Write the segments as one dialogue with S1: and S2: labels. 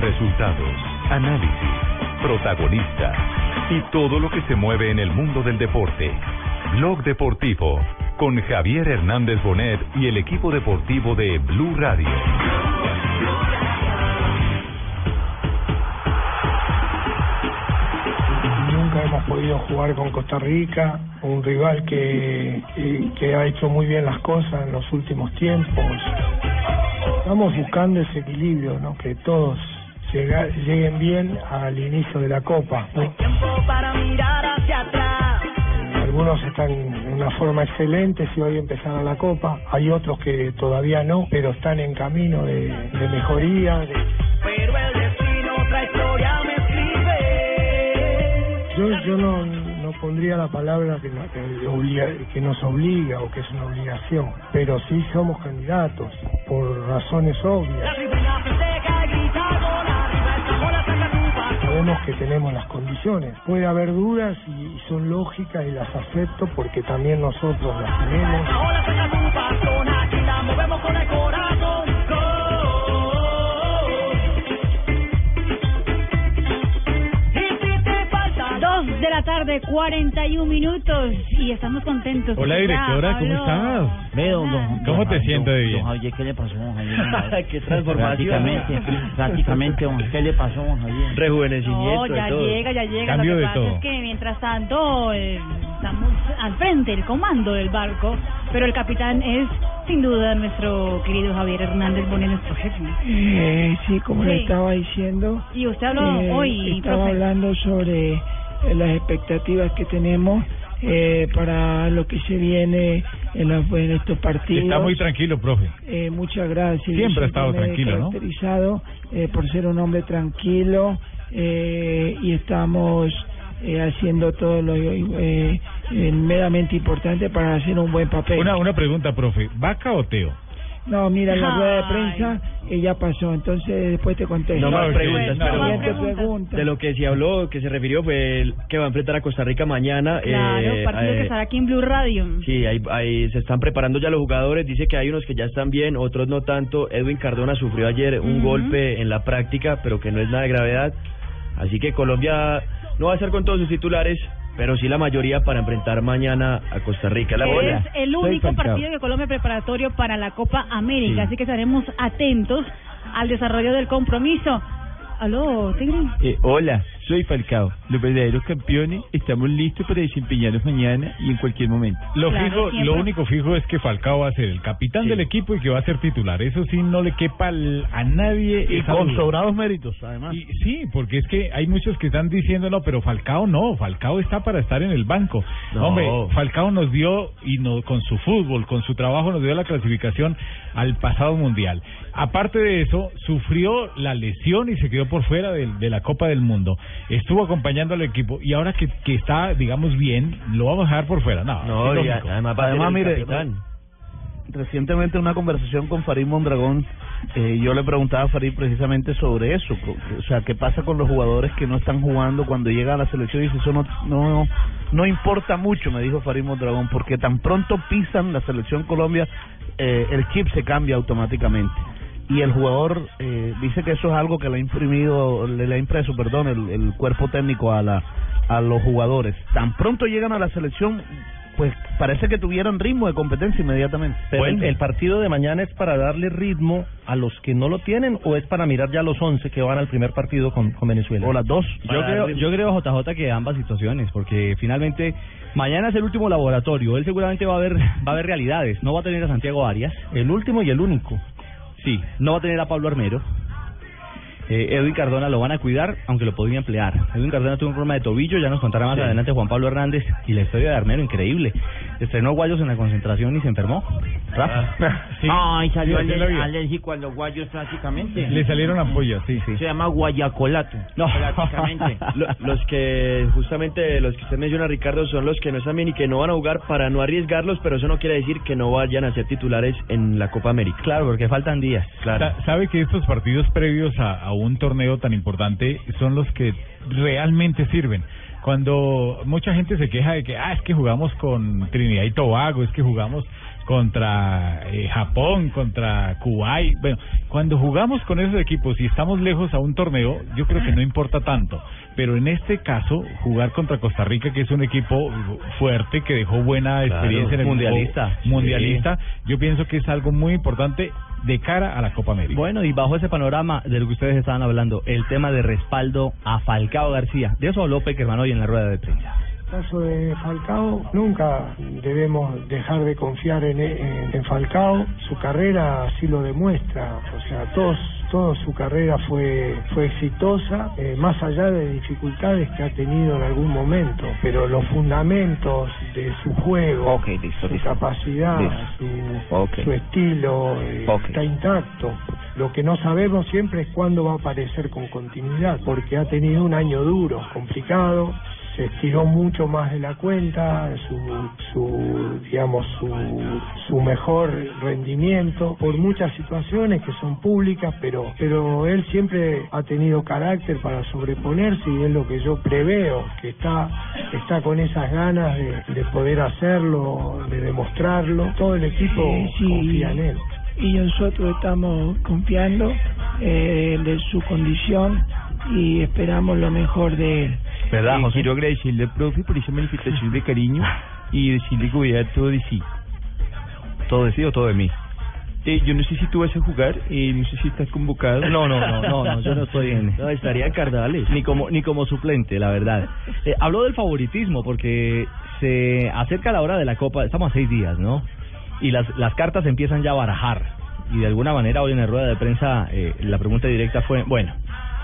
S1: Resultados, análisis, protagonistas y todo lo que se mueve en el mundo del deporte. Blog Deportivo con Javier Hernández Bonet y el equipo deportivo de Blue Radio.
S2: Nunca hemos podido jugar con Costa Rica, un rival que, que ha hecho muy bien las cosas en los últimos tiempos. Estamos buscando ese equilibrio, ¿no? que todos llega- lleguen bien al inicio de la Copa. ¿no?
S3: para mirar hacia atrás.
S2: Algunos están en una forma excelente si hoy empezara la Copa, hay otros que todavía no, pero están en camino de, de mejoría. de-
S3: Pero el destino otra historia me escribe.
S2: Yo, yo no, no pondría la palabra que, no- que obliga- que nos obliga o que es una obligación, pero sí somos candidatos por razones
S3: La
S2: obvias.
S3: tribuna festeja y grita gol arriba, el tambor saca Cuba.
S2: Sabemos que tenemos las condiciones. Puede haber dudas y, y son lógicas y las acepto porque también nosotros las tenemos.
S3: La ola saca Cuba, son aquí, la movemos con el corazón. Gol. Y si te falta
S4: Dos de la tarde, 41 minutos y estamos contentos.
S5: Hola, directora,
S4: Ya,
S5: ¿cómo
S4: Pablo.
S5: estás?
S6: Ve, don, don-
S4: Ajá.
S6: don
S5: ¿Cómo te
S6: Javier,
S5: sientes de
S6: don-
S5: bien?
S6: don Javier, ¿qué le pasó, don Javier?
S7: Qué transformación.
S6: Prácticamente, prácticamente, don Javier, ¿qué le pasó, don Javier?
S7: Rejuvenecimiento
S4: No, Oh, ya
S7: y todo.
S4: llega, ya llega.
S5: Cambio
S4: Lo que
S5: de
S4: pasa
S5: todo.
S4: es que mientras tanto eh, estamos al frente, el comando del barco, pero el capitán es sin duda nuestro querido Javier Hernández Bonet, nuestro jefe.
S8: Eh, sí, como le
S4: Sí.
S8: estaba diciendo,
S4: Y usted habló
S8: eh,
S4: hoy,
S8: estaba
S4: profe.
S8: hablando sobre eh, las expectativas que tenemos eh, para lo que se viene en, la- en estos partidos.
S5: Está muy tranquilo, profe.
S8: Eh, muchas gracias.
S5: Siempre ha estado
S8: me he
S5: tranquilo, ¿no?
S8: caracterizado, eh, por ser un hombre tranquilo eh, y estamos eh, haciendo todo lo eh, eh, meramente importante para hacer un buen papel.
S5: Una, una pregunta, profe. ¿Vaca o Teo?
S8: No, mira, la rueda de
S4: Ay.
S8: prensa eh, ya pasó, entonces después te contesto.
S7: No más
S5: Claro,
S7: preguntas,
S5: sí, no.
S7: pero
S8: Siguiente
S4: pregunta.
S8: pregunta.
S7: de lo que se habló, que se refirió fue el que va a enfrentar a Costa Rica mañana.
S4: Claro,
S7: eh,
S4: partido
S7: eh,
S4: que estará aquí en Blue Radio.
S7: Sí, ahí, ahí se están preparando ya los jugadores. Dice que hay unos que ya están bien, otros no tanto. Edwin Cardona sufrió ayer un
S4: Ujú.
S7: golpe en la práctica, pero que no es nada de gravedad. Así que Colombia no va a estar con todos sus titulares, pero sí la mayoría para enfrentar mañana a Costa Rica. La
S4: es
S7: bola.
S4: el único partido de Colombia preparatorio para la Copa América,
S7: Sí.
S4: así que estaremos atentos al desarrollo del compromiso. Aló, Tigre.
S6: Eh, hola, soy Falcao. Los verdaderos campeones estamos listos para desempeñarnos mañana y en cualquier momento.
S5: Lo,
S4: Claro,
S5: fijo,
S4: siempre.
S5: lo único fijo es que Falcao va a ser el capitán
S7: Sí.
S5: del equipo y que va a ser titular. Eso sí, no le quepa al- a nadie. esa duda.
S7: méritos, además.
S5: Y sí, porque es que hay muchos que están diciendo, no, pero Falcao no, Falcao está para estar en el banco.
S7: No.
S5: Hombre, Falcao nos dio, y no, con su fútbol, con su trabajo, nos dio la clasificación al pasado mundial. Aparte de eso, sufrió la lesión y se quedó por fuera del- de, la Copa del Mundo. Estuvo acompañando al equipo y ahora que, que está, digamos, bien, lo vamos a dejar por fuera. No,
S7: No,
S5: es
S7: y
S5: lógico.
S7: además, va a ser
S9: Además,
S7: el
S9: mire,
S7: capitán.
S9: Recientemente en una conversación con Farid Mondragón, eh, yo le preguntaba a Farid precisamente sobre eso, co- o sea, qué pasa con los jugadores que no están jugando cuando llega a la selección y dice, eso no, no, no importa mucho, me dijo Farid Mondragón, porque tan pronto pisan la selección Colombia, eh, el chip se cambia automáticamente. Y el jugador eh, dice que eso es algo que le ha imprimido, le, le ha impreso, perdón, el, el cuerpo técnico a la a los jugadores. Tan pronto llegan a la selección, pues parece que tuvieran ritmo de competencia inmediatamente.
S10: Pues,
S7: Pero el- el
S9: partido de mañana es para darle ritmo a los que no lo tienen o es para mirar ya los 11 que van al primer partido con, Venezuela? O las dos.
S7: Yo creo- yo
S9: creo, JJ, que ambas situaciones, porque finalmente mañana es el último laboratorio. Él seguramente va a ver, va a ver realidades. No va a tener a Santiago Arias. El último y el único. Sí, no va a tener a Pablo Armero. Eh, Edwin Cardona lo van a cuidar, aunque lo podría emplear. Edwin Cardona tuvo un problema de tobillo, ya nos contará más adelante Juan Pablo Hernández. Y la historia de Armero, increíble. Estrenó Guayos en la concentración y se enfermó. Rafa.
S5: Ah, Sí.
S6: Ay, salió
S5: Sí, ayer la vi.
S6: ale- alérgico a los guayos prácticamente.
S5: Le salieron ampollas, sí.
S6: Se llama guayacolato.
S7: No.
S6: Prácticamente.
S7: Lo- los que, justamente, los que usted menciona, Ricardo, son los que no están bien y que no van a jugar para no arriesgarlos, pero eso no quiere decir que no vayan a ser titulares en la Copa América.
S6: Claro, porque faltan días.
S5: Sa- Sabe que estos partidos previos a, a un torneo tan importante son los que realmente sirven. Cuando mucha gente se queja de que, ah, es que jugamos con Trinidad y Tobago, es que jugamos contra eh, Japón, contra Kuwait. Bueno, cuando jugamos con esos equipos y estamos lejos a un torneo, yo creo que no importa tanto. Pero en este caso, jugar contra Costa Rica, que es un equipo fuerte, que dejó buena
S11: Claro,
S5: experiencia en el
S11: mundialista.
S5: mundo mundialista, yo pienso que es algo muy importante de cara a la Copa América.
S7: Bueno, y bajo ese panorama de lo que ustedes estaban hablando, el tema de respaldo a Falcao García. De eso habló Peckerman hoy en la rueda de prensa.
S2: el caso de Falcao, nunca debemos dejar de confiar en, en- en Falcao. Su carrera así lo demuestra. O sea, todos, toda su carrera fue, fue exitosa, eh, más allá de dificultades que ha tenido en algún momento. Pero los fundamentos de su juego, su capacidad,
S8: Ah,
S2: su, su estilo, eh, está intacto. Lo que no sabemos siempre es cuándo va a aparecer con continuidad, porque ha tenido un año duro, complicado, se estiró mucho más de la cuenta, su, su digamos su, su mejor rendimiento por muchas situaciones que son públicas, pero pero él siempre ha tenido carácter para sobreponerse y es lo que yo preveo que está está con esas ganas de, de poder hacerlo, de demostrarlo. Todo el equipo
S8: Sí, sí.
S2: confía en él.
S8: y nosotros estamos confiando eh, de su condición y esperamos lo mejor de él.
S3: ¿Verdad, Quiero agradecerle al profe por esa manifestación de cariño y decirle que voy a dar todo de sí.
S11: ¿Todo de sí o todo de mí?
S3: Eh, yo no sé si tú vas a jugar, eh, no sé si estás convocado.
S7: No, no, no, no, no, yo no estoy en.
S11: No, estaría en Cardales.
S7: Ni como, ni como suplente, la verdad. Eh, habló del favoritismo porque se acerca la hora de la Copa, estamos a seis días, ¿no? Y las, las cartas empiezan ya a barajar. Y de alguna manera hoy en la rueda de prensa eh, la pregunta directa fue, bueno,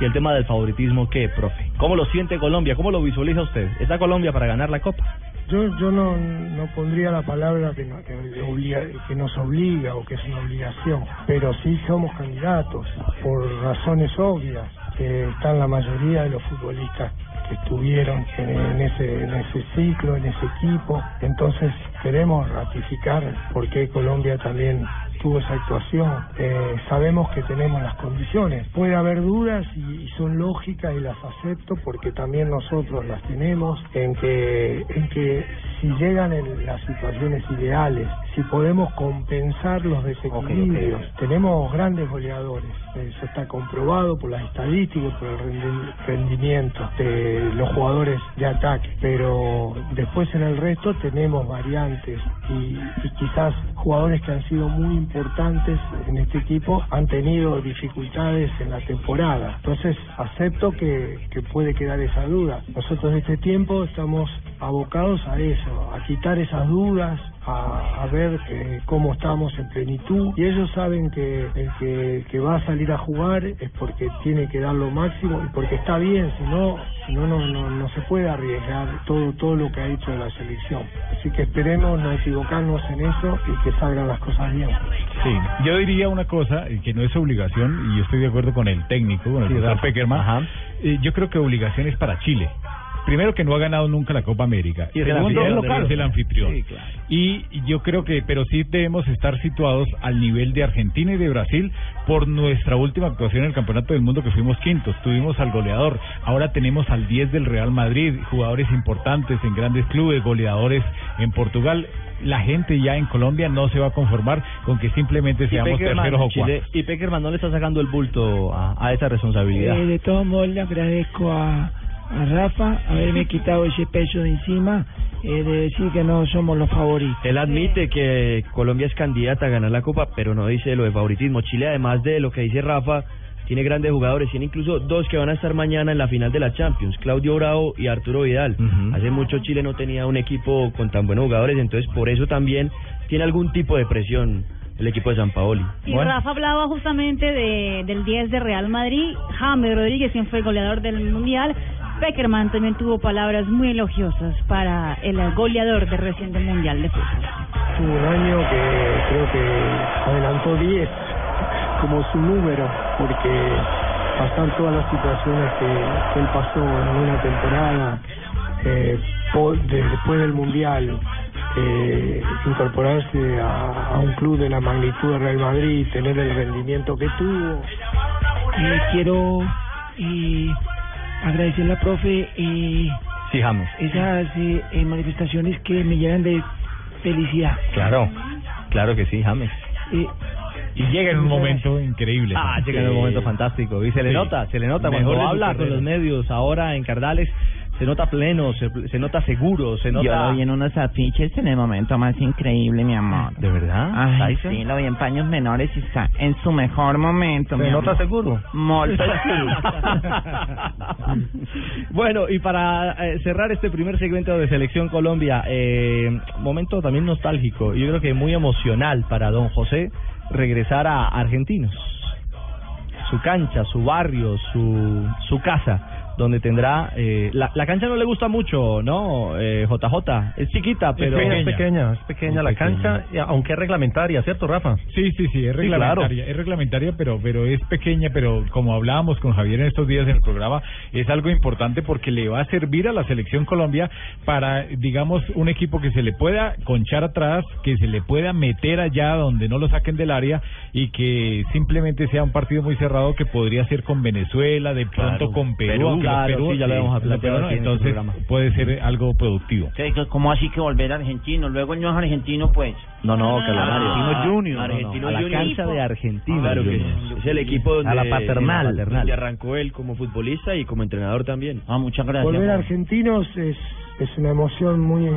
S7: ¿y el tema del favoritismo qué, profe? ¿Cómo lo siente Colombia? ¿Cómo lo visualiza usted? ¿Está Colombia para ganar la Copa?
S2: Yo, yo no, no pondría la palabra que, no- que obliga- que nos obliga o que es una obligación, pero sí somos candidatos por razones obvias. que están la mayoría de los futbolistas que estuvieron en, en ese, en ese ciclo, en ese equipo. Entonces queremos ratificar por qué Colombia también tuvo esa actuación. Eh, sabemos que tenemos las condiciones. Puede haber dudas y, y son lógicas y las acepto porque también nosotros las tenemos en que, en que si llegan en las situaciones ideales, si podemos compensar los desequilibrios, tenemos grandes goleadores. Eso está comprobado por las estadísticas, por el rendi- rendimiento de los jugadores de ataque. Pero después en el resto tenemos variantes y, y quizás jugadores que han sido muy importantes en este equipo han tenido dificultades en la temporada. Entonces acepto que, que puede quedar esa duda. Nosotros en este tiempo estamos abocados a eso, a quitar esas dudas, a, a ver eh, cómo estamos en plenitud y ellos saben que el que, que va a salir a jugar es porque tiene que dar lo máximo y porque está bien, si no, si no, no, no, no se puede arriesgar todo, todo lo que ha hecho la selección. Así que esperemos no equivocarnos en eso y que salgan las cosas bien.
S5: Sí, yo diría una cosa eh, que no es obligación, y yo estoy de acuerdo con el técnico, con el
S7: Sí,
S5: profesor
S7: Rafa.
S5: Peckerman.
S7: Ajá.
S5: Eh, yo creo que obligación es para Chile. Primero que no ha ganado nunca la Copa América.
S7: Y es el
S5: Segundo,
S7: anfitrión,
S5: es el anfitrión.
S7: Sí, claro.
S5: Y yo creo que, pero sí debemos estar situados al nivel de Argentina y de Brasil por nuestra última actuación en el Campeonato del Mundo que fuimos quintos. Tuvimos al goleador, ahora tenemos al 10 del Real Madrid, jugadores importantes en grandes clubes, goleadores en Portugal. La gente ya en Colombia no se va a conformar con que simplemente seamos terceros o
S7: Chile-
S5: cuartos.
S7: y Peckerman no le está sacando el bulto a, a esa responsabilidad.
S8: Eh, de todos modos, le agradezco a, a Rafa haberme quitado ese peso de encima eh, de decir que no somos los favoritos.
S11: Él admite que Colombia es candidata a ganar la Copa, pero no dice lo de favoritismo. Chile, además de lo que dice Rafa, tiene grandes jugadores, tiene incluso dos que van a estar mañana en la final de la Champions, Claudio Bravo y Arturo Vidal.
S7: Ujú.
S11: Hace mucho Chile no tenía un equipo con tan buenos jugadores, entonces por eso también tiene algún tipo de presión el equipo de San Paoli.
S4: Y
S7: Bueno.
S4: Rafa hablaba justamente de, del 10 de Real Madrid. James Rodríguez, quien fue el goleador del Mundial. Peckerman también tuvo palabras muy elogiosas para el goleador del reciente Mundial de Fútbol.
S2: Tuvo un año que creo que adelantó 10 como su número, porque pasar todas las situaciones que, que él pasó en una temporada, eh, po- de- después del Mundial, eh, incorporarse a, a un club de la magnitud de Real Madrid, tener el rendimiento que tuvo,
S8: Eh, quiero eh, agradecerle a profe eh,
S7: Sí, James.
S8: esas eh, eh, manifestaciones que me llenan de felicidad. Eh,
S7: Claro. Claro que sí, James.
S12: Y,
S5: Y llega en un momento increíble.
S7: Ah,
S5: James.
S7: llega en un momento fantástico. Y se le
S5: Sí.
S7: nota, se le nota
S5: Mejor
S7: cuando
S5: en su
S7: habla con
S5: carrera.
S7: los medios ahora en Cardales. Se nota pleno, se, se nota seguro, se nota...
S6: Yo lo vi en unos afiches en el momento más increíble, mi amor.
S7: ¿De verdad?
S6: Ay,
S7: ¿Tyson?
S6: sí, lo vi en paños menores y está en su mejor momento, mi
S7: ¿Se nota
S6: amor.
S7: seguro?
S6: Molto
S7: bueno, y para eh, cerrar este primer segmento de Selección Colombia, eh, momento también nostálgico, yo creo que muy emocional para don José regresar a Argentinos. Su cancha, su barrio, su, su casa, donde tendrá... eh, la, la cancha no le gusta mucho, ¿no, eh, JJ? Es chiquita, pero...
S10: es pequeña, es pequeña la cancha, y aunque es reglamentaria, ¿cierto, Rafa?
S5: Sí, sí, sí, es
S10: Sí,
S5: reglamentaria, es reglamentaria, pero pero es pequeña, pero como hablábamos con Javier en estos días en el programa, es algo importante porque le va a servir a la selección Colombia para, digamos, un equipo que se le pueda conchar atrás, que se le pueda meter allá donde no lo saquen del área y que simplemente sea un partido muy cerrado que podría ser con Venezuela, de pronto
S7: Claro,
S5: con Perú,
S7: Perú,
S5: aunque los
S7: claro,
S5: Perú- eh,
S7: sí, ya lo habíamos
S5: los
S7: planteado
S5: peruanos,
S7: aquí en el
S5: entonces
S7: programa.
S5: puede ser algo productivo.
S8: ¿Cómo así que volver argentino? Luego no es argentino, pues.
S7: No, no,
S13: Ah,
S7: Calamario.
S8: Argentino Junior.
S7: Argentino Junior.
S13: Argentina.
S7: Claro que
S8: sí.
S13: Es el equipo donde,
S7: A la paternal.
S13: de donde arrancó él como futbolista y como entrenador también.
S8: Ah, muchas
S2: Volver a Argentinos es, es una emoción muy,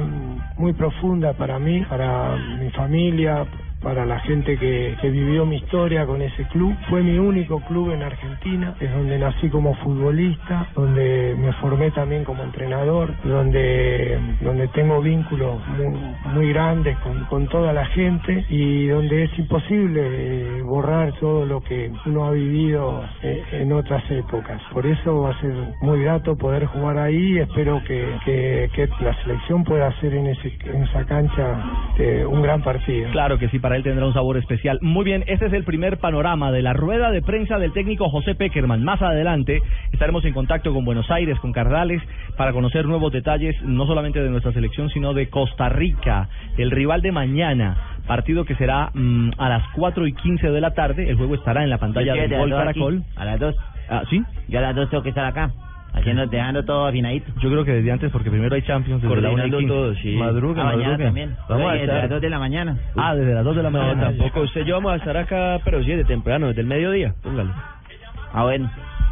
S2: muy profunda para mí, para mi familia, para la gente que, que vivió mi historia con ese club. Fue mi único club en Argentina, es donde nací como futbolista, donde me formé también como entrenador, donde, donde tengo vínculos muy, muy grandes con, con toda la gente y donde es imposible eh, borrar todo lo que uno ha vivido eh, en otras épocas. Por eso va a ser muy grato poder jugar ahí. Espero que, que, que la selección pueda hacer en, ese, en esa cancha eh, un gran partido.
S7: Claro que sí, para él tendrá un sabor especial. Muy bien, este es el primer panorama de la rueda de prensa del técnico José Peckerman. Más adelante estaremos en contacto con Buenos Aires, con Cardales, para conocer nuevos detalles, no solamente de nuestra selección, sino de Costa Rica, el rival de mañana. Partido que será mm, a las 4 y 15 de la tarde. El juego estará en la pantalla
S8: Yo
S7: de
S8: estoy
S7: Gol
S8: de las dos
S7: Caracol.
S8: aquí, A las dos.
S7: Ah, ¿sí?
S8: Yo a las dos tengo que estar acá. Haciendo, dejando todo afinadito.
S7: Yo creo que desde antes, porque primero hay Champions, desde la 1 y
S8: Coordinando
S7: 15.
S8: todo, sí.
S7: Madruga,
S8: Ah, mañana
S7: madruga.
S8: también.
S7: Vamos a
S8: Oye, desde
S7: estar-
S8: las dos de la mañana.
S7: Ah, desde las 2 de la
S13: No,
S7: mañana.
S13: tampoco. Usted y yo vamos a estar acá, pero sí, de temprano, desde el mediodía. Póngale.
S8: Ah, bueno.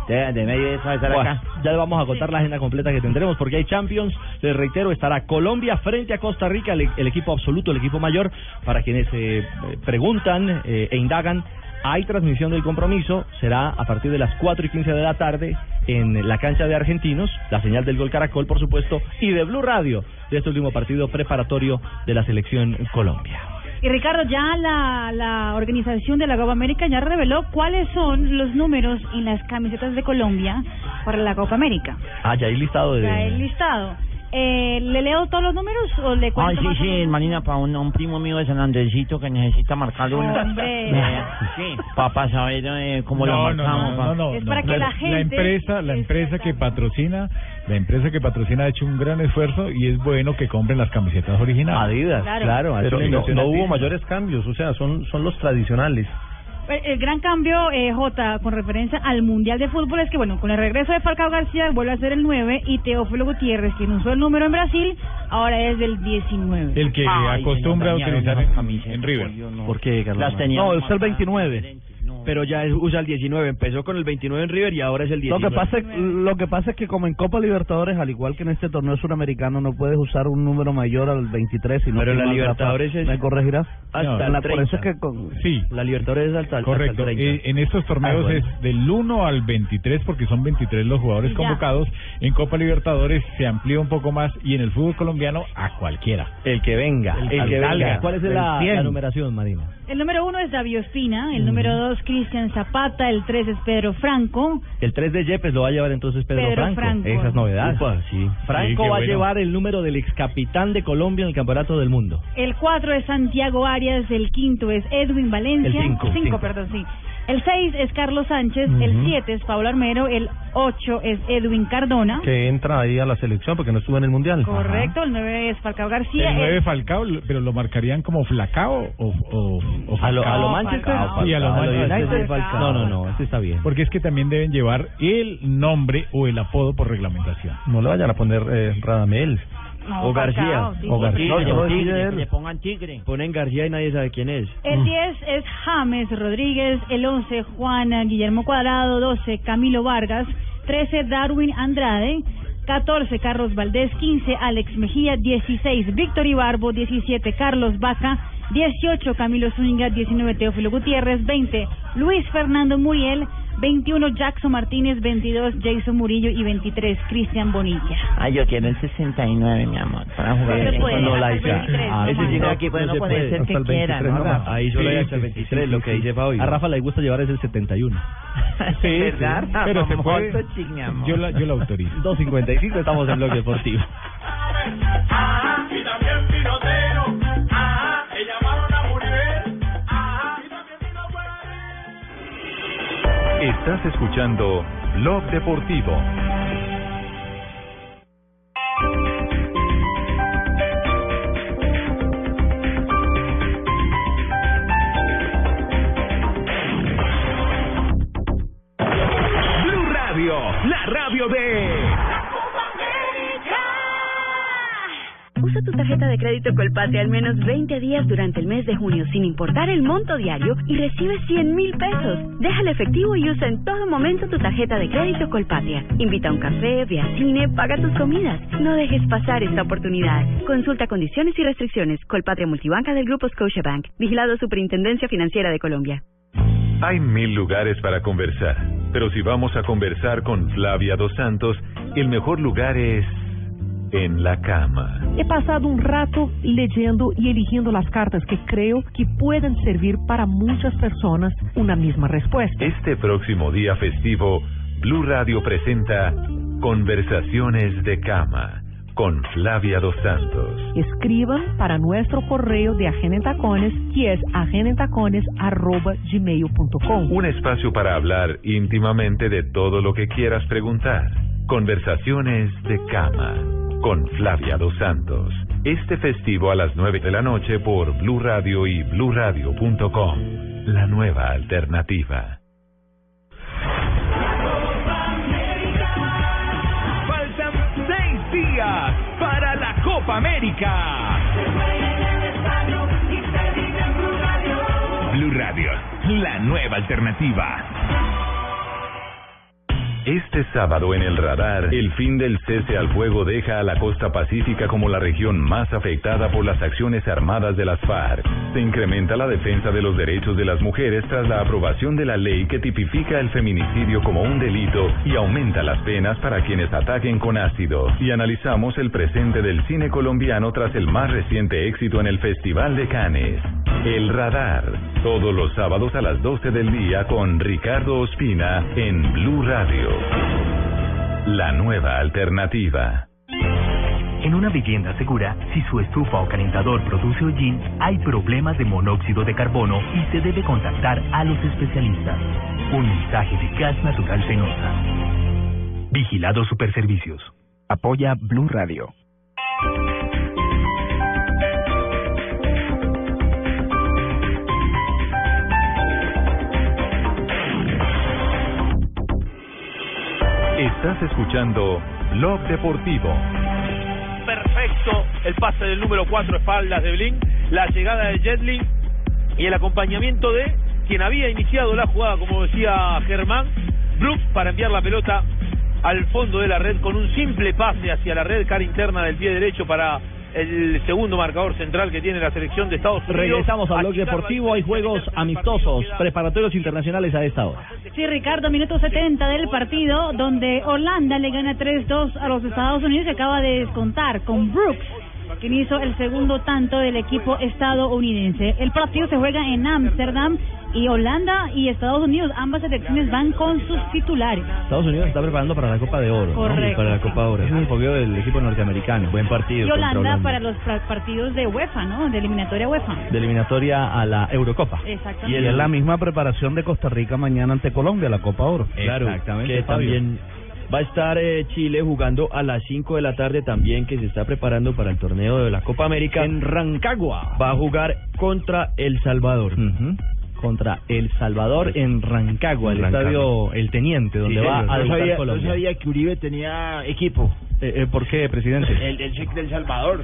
S8: De, de medio de eso estar
S7: Buah,
S8: acá.
S7: Ya le vamos a contar la agenda completa que tendremos porque hay Champions. Les reitero, estará Colombia frente a Costa Rica, el, el equipo absoluto, el equipo mayor. Para quienes eh, eh, preguntan eh, e indagan, hay transmisión del compromiso. Será a partir de las 4 y 15 de la tarde en la cancha de Argentinos. La señal del gol Caracol, por supuesto, y de Blue Radio de este último partido preparatorio de la selección Colombia.
S4: Y Ricardo, ya la, la organización de la Copa América ya reveló cuáles son los números en las camisetas de Colombia para la Copa América.
S7: Ah, ya hay listado de.
S4: Ya el listado. Eh, ¿Le leo todos los números o le
S6: Ay,
S4: cuento
S6: sí,
S4: más o
S6: sí,
S4: menos?
S6: Marina, para un, un primo mío de San Andresito que necesita marcar uno.
S4: Hombre.
S6: sí, para saber eh, cómo
S5: No,
S6: lo
S5: no,
S6: marcamos.
S5: no,
S6: pa.
S5: no, no,
S4: Es
S5: no.
S4: para que la gente-
S5: empresa, la empresa que patrocina, la empresa que patrocina ha hecho un gran esfuerzo y es bueno que compren las camisetas originales.
S7: Adidas,
S4: Claro.
S7: claro, hace
S10: Pero
S7: una
S10: no,
S7: inversión
S10: no
S7: así.
S10: hubo mayores cambios, o sea, son, son los tradicionales.
S4: El, el gran cambio, eh, J, con referencia al Mundial de Fútbol, es que, bueno, con el regreso de Falcao García vuelve a ser el 9 y Teófilo Gutiérrez, quien usó el número en Brasil, ahora es del 19.
S5: El que
S6: Ay,
S5: acostumbra a
S6: señor, dañaron
S5: utilizar
S6: esas
S5: en,
S6: camisetas,
S5: en River.
S6: por Dios, no.
S7: ¿Por qué, Carlos?
S6: Las teníamos
S13: No, es el 29.
S6: marcadas.
S13: Pero ya es- usa el 19. Empezó con el 29 en River y ahora es el
S9: Lo
S13: 19.
S9: que, pasa, lo que pasa es que como en Copa Libertadores, al igual que en este torneo suramericano, no puedes usar un número mayor al 23, sino
S13: Pero
S9: que
S13: la
S9: mal,
S13: Libertadores
S9: Rafa.
S13: es-
S9: ¿Me corregirás?
S5: No,
S13: Hasta
S9: La-
S13: el
S9: por eso es
S13: 30.
S9: que con-
S5: Sí,
S13: La Libertadores es hasta, el- hasta el
S5: correcto.
S13: 30.
S5: Eh, en estos torneos
S13: Ah, bueno.
S5: es del 1 al 23 porque son 23 los jugadores
S4: Ya.
S5: convocados. En Copa Libertadores se amplía un poco más y en el fútbol colombiano a cualquiera.
S7: El que venga,
S5: El
S7: el,
S5: que
S7: que
S5: salga.
S7: venga. ¿Cuál es la,
S5: El cien.
S7: la numeración, Marina?
S4: El número 1 es David Ospina, el número 2 Cristian Zapata, el 3 es Pedro Franco,
S7: El 3 de Yepes lo va a llevar entonces Pedro,
S4: Pedro
S7: Franco.
S4: Franco.
S7: Esas novedades.
S13: Upa, sí.
S7: Franco
S5: Sí, qué
S7: va a
S5: bueno.
S7: llevar el número del ex capitán de Colombia en el Campeonato del Mundo.
S4: El 4 es Santiago Arias, el 5 es Edwin Valencia.
S7: El cinco,
S4: Cinco,
S7: cinco.
S4: perdón, sí. El 6 es Carlos Sánchez, el 7 es Pablo Armero, el 8 es Edwin Cardona.
S10: Que entra ahí a la selección porque no estuvo en el Mundial.
S4: Ah. Correcto, el 9 es Falcao García.
S5: El 9
S4: el-
S5: Falcao, pero lo marcarían como Flacao o, o, o
S7: A lo, a lo
S5: Falcao.
S7: Manchester.
S4: Falcao,
S5: Sí, a lo
S7: A lo
S5: Manchester.
S7: United.
S4: Falcao.
S7: No, no, no, este está bien.
S5: Porque es que también deben llevar el nombre o el apodo por reglamentación.
S10: No le vayan a poner eh, Radamel.
S4: No,
S5: o García.
S4: Falcao, sí,
S5: o
S4: sí,
S5: García.
S4: Falcao.
S5: No,
S14: Tigre,
S5: Tigre.
S14: que le pongan tigre.
S5: Ponen García y nadie sabe quién es.
S4: El 10 es James Rodríguez, el 11 Juan Guillermo Cuadrado, 12 Camilo Vargas, 13 Darwin Andrade, 14 Carlos Valdés, 15 Alex Mejía, 16 Víctor Ibarbo, 17 Carlos Vaca, 18 Camilo Zúñiga, 19 Teófilo Gutiérrez, 20 Luis Fernando Muriel, 21 Jackson Martínez, 22 Jason Murillo y 23 Cristian Bonilla.
S6: Ah, yo quiero el 69, mi amor, para jugar.
S4: No se puede,
S6: con
S4: hasta el
S6: Olaiza.
S4: 23,
S6: Ah,
S4: no
S6: ese sí
S4: más.
S6: aquí, pues, no puede ser que quiera, ¿no, Rafa?
S7: Ahí solo hay hasta el 23, lo que dice Fabio. A Rafa le gusta llevar es el 71.
S15: Sí,
S6: ¿Verdad,
S15: sí,
S6: Rafa?
S15: pero se puede-
S6: Moto, ching, mi amor.
S15: Yo la, yo la autorizo.
S7: 2.55 estamos en bloque deportivo.
S16: Y también Pinotero, ajá, que llamaron a Muriel, ajá, y también
S1: Estás escuchando Blog Deportivo.
S16: Blue Radio, la radio de...
S17: Usa tu tarjeta de crédito Colpatria al menos 20 días durante el mes de junio sin importar el monto diario y recibe 100 mil pesos. Deja el efectivo y usa en todo momento tu tarjeta de crédito Colpatria. Invita a un café, ve a cine, paga tus comidas. No dejes pasar esta oportunidad. Consulta condiciones y restricciones. Colpatria Multibanca del Grupo Scotiabank. Vigilado Superintendencia Financiera de Colombia.
S1: Hay mil lugares para conversar, pero si vamos a conversar con Flavia Dos Santos, el mejor lugar es en la cama.
S18: He pasado un rato leyendo y eligiendo las cartas que creo que pueden servir para muchas personas una misma respuesta.
S1: Este próximo día festivo, Blue Radio presenta Conversaciones de Cama con Flavia Dos Santos.
S18: Escriban para nuestro correo de Agenda en Tacones, que es agendaentacones.gmail.com.
S1: Un espacio para hablar íntimamente de todo lo que quieras preguntar. Conversaciones de Cama con Flavia Dos Santos. Este festivo a las 9 de la noche por Blue Radio y bluradio.com. La nueva alternativa.
S16: Faltan seis días para la Copa América.
S8: Blue Radio, la nueva alternativa.
S1: Este sábado en el radar, el fin del cese al fuego deja a la costa pacífica como la región más afectada por las acciones armadas de las FARC. Se incrementa la defensa de los derechos de las mujeres tras la aprobación de la ley que tipifica el feminicidio como un delito y aumenta las penas para quienes ataquen con ácido. Y analizamos el presente del cine colombiano tras el más reciente éxito en el Festival de Cannes. El Radar, todos los sábados a las 12 del día con Ricardo Ospina en Blue Radio. La nueva alternativa.
S8: En una vivienda segura, si su estufa o calentador produce hollín, hay problemas de monóxido de carbono y se debe contactar a los especialistas. Un mensaje de Gas Natural Fenosa. Vigilado Superservicios. Apoya Blue Radio.
S1: Estás escuchando Blog Deportivo.
S3: perfecto el pase del número 4 espaldas de Blin, la llegada de Jetli y el acompañamiento de quien había iniciado la jugada, como decía Germán, Brook para enviar la pelota al fondo de la red con un simple pase hacia la red cara interna del pie derecho para el segundo marcador central que tiene la selección de Estados Unidos.
S7: Regresamos a Blog
S3: Achicar la
S7: Deportivo. Hay juegos amistosos, preparatorios internacionales a esta hora.
S4: Sí, Ricardo, minuto 70 del partido, donde Holanda le gana 3-2 a los Estados Unidos y acaba de descontar con Brooks, quien hizo el segundo tanto del equipo estadounidense. El partido se juega en Ámsterdam y Holanda y Estados Unidos, ambas selecciones van con sus titulares.
S7: Estados Unidos está preparando para la Copa de Oro. ¿no?
S4: Correcto.
S7: Para la Copa de Oro. Es un fogueo del equipo norteamericano. Buen
S4: Y
S7: partido. contra
S4: Holanda
S7: Holanda.
S4: para los pra- partidos de UEFA, ¿no? De eliminatoria UEFA.
S7: De eliminatoria a la Eurocopa.
S9: Y
S4: Exactamente.
S9: es la misma preparación de Costa Rica mañana ante Colombia, la Copa Oro.
S5: Claro, que también va a estar eh, Chile jugando a las 5 de la tarde también, que se está preparando para el torneo de la Copa América. En Rancagua. Va a jugar contra El Salvador.
S7: contra El Salvador en Rancagua, el
S3: Rancagua.
S7: estadio El Teniente, donde
S19: Sí,
S7: va
S19: señor.
S7: a
S19: no
S7: debutar
S19: sabía, no
S7: Colombia.
S19: sabía que Uribe tenía equipo.
S7: Eh, eh, ¿Por qué, presidente?
S19: El del Sheik del Salvador.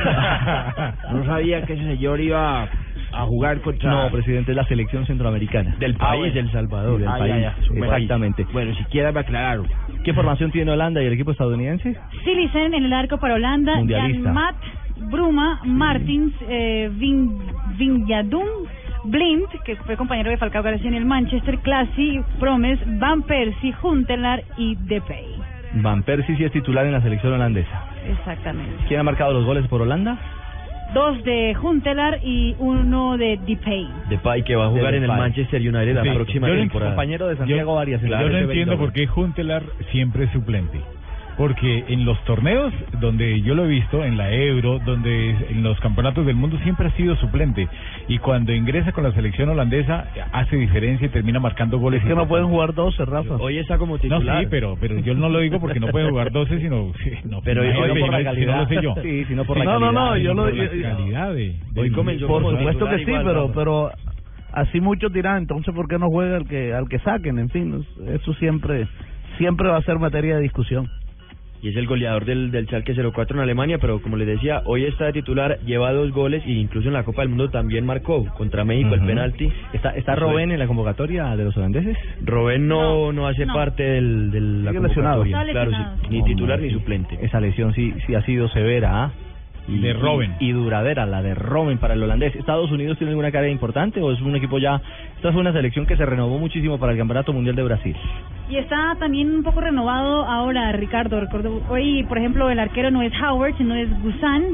S19: no sabía que ese señor iba a jugar contra.
S7: No, presidente, es la selección centroamericana. Del
S19: Ah,
S7: país,
S19: bueno.
S7: del Salvador. Del
S19: Ah, ya,
S7: país.
S19: ya, su país.
S7: Exactamente.
S19: Bueno, siquiera me aclararon.
S7: ¿Qué formación tiene Holanda y el equipo estadounidense?
S4: Silicen en el arco para Holanda,
S7: Mundialista.
S4: Jan Matt, Bruma, Martins, eh, Vin, Vinyadum, Blind, que fue compañero de Falcao García en el Manchester, Classy, Promes, Van Persie, Huntelaar y Depay.
S7: Van Persie sí es titular en la selección holandesa.
S4: Exactamente.
S7: ¿Quién ha marcado los goles por Holanda?
S4: Dos de Huntelaar y uno de Depay.
S7: Depay que va a
S3: jugar en el Manchester United la próxima temporada.
S7: compañero de Santiago Arias. en la
S5: yo no
S7: LCB
S5: entiendo
S7: Eindhoven.
S5: por qué Juntelar siempre es suplente. Porque en los torneos donde yo lo he visto, en la Euro, donde es- en los campeonatos del mundo siempre ha sido suplente. Y cuando ingresa con la selección holandesa hace diferencia y termina marcando goles.
S9: Es que no pueden
S5: importantes.
S9: jugar 12, Rafa.
S3: Hoy está como
S5: No,
S3: titular.
S5: sí, pero, pero yo no lo digo porque no puede jugar 12, sino... no,
S3: Pero hoy-
S5: imagínate,
S3: hoy por la
S5: si no
S3: calidad.
S5: lo sé yo.
S3: Sí, sino por la
S5: no, No, no,
S3: calidad,
S5: yo
S3: sino
S5: lo
S3: por la
S5: calidad de-
S3: Hoy
S5: del-
S3: comenzó
S9: Por
S3: como
S9: supuesto
S3: titular
S9: que sí,
S3: igual,
S9: pero,
S3: Rafa.
S9: pero así muchos dirán, entonces ¿por qué no juega al que, al que saquen? En fin, eso siempre, siempre va a ser materia de discusión.
S3: Y es el goleador del, del Schalke 04 en Alemania, pero como les decía, hoy está de titular, lleva dos goles e incluso en la Copa del Mundo también marcó contra México el
S7: Ujú.
S3: penalti.
S7: ¿Está, está
S3: Eso es.
S7: Robén en la convocatoria de los holandeses?
S3: Robén no, no, hace
S7: no.
S3: parte del, del la
S7: Sigue lesionado.
S3: convocatoria.
S7: Está
S3: Claro,
S7: lesionado,
S3: sí.
S7: sí.
S3: ni titular ni
S7: Hombre.
S3: suplente.
S7: Esa lesión sí, sí ha sido severa, ¿ah? Y,
S3: De Robben.
S7: Y, y duradera, la de Robben para el holandés. ¿Estados Unidos tiene alguna carga importante o es un equipo ya... Esta fue una selección que se renovó muchísimo para el Campeonato Mundial de Brasil.
S4: Y está también un poco renovado ahora, Ricardo. Recuerdo, hoy, por ejemplo, el arquero no es Howard, sino es Gusan,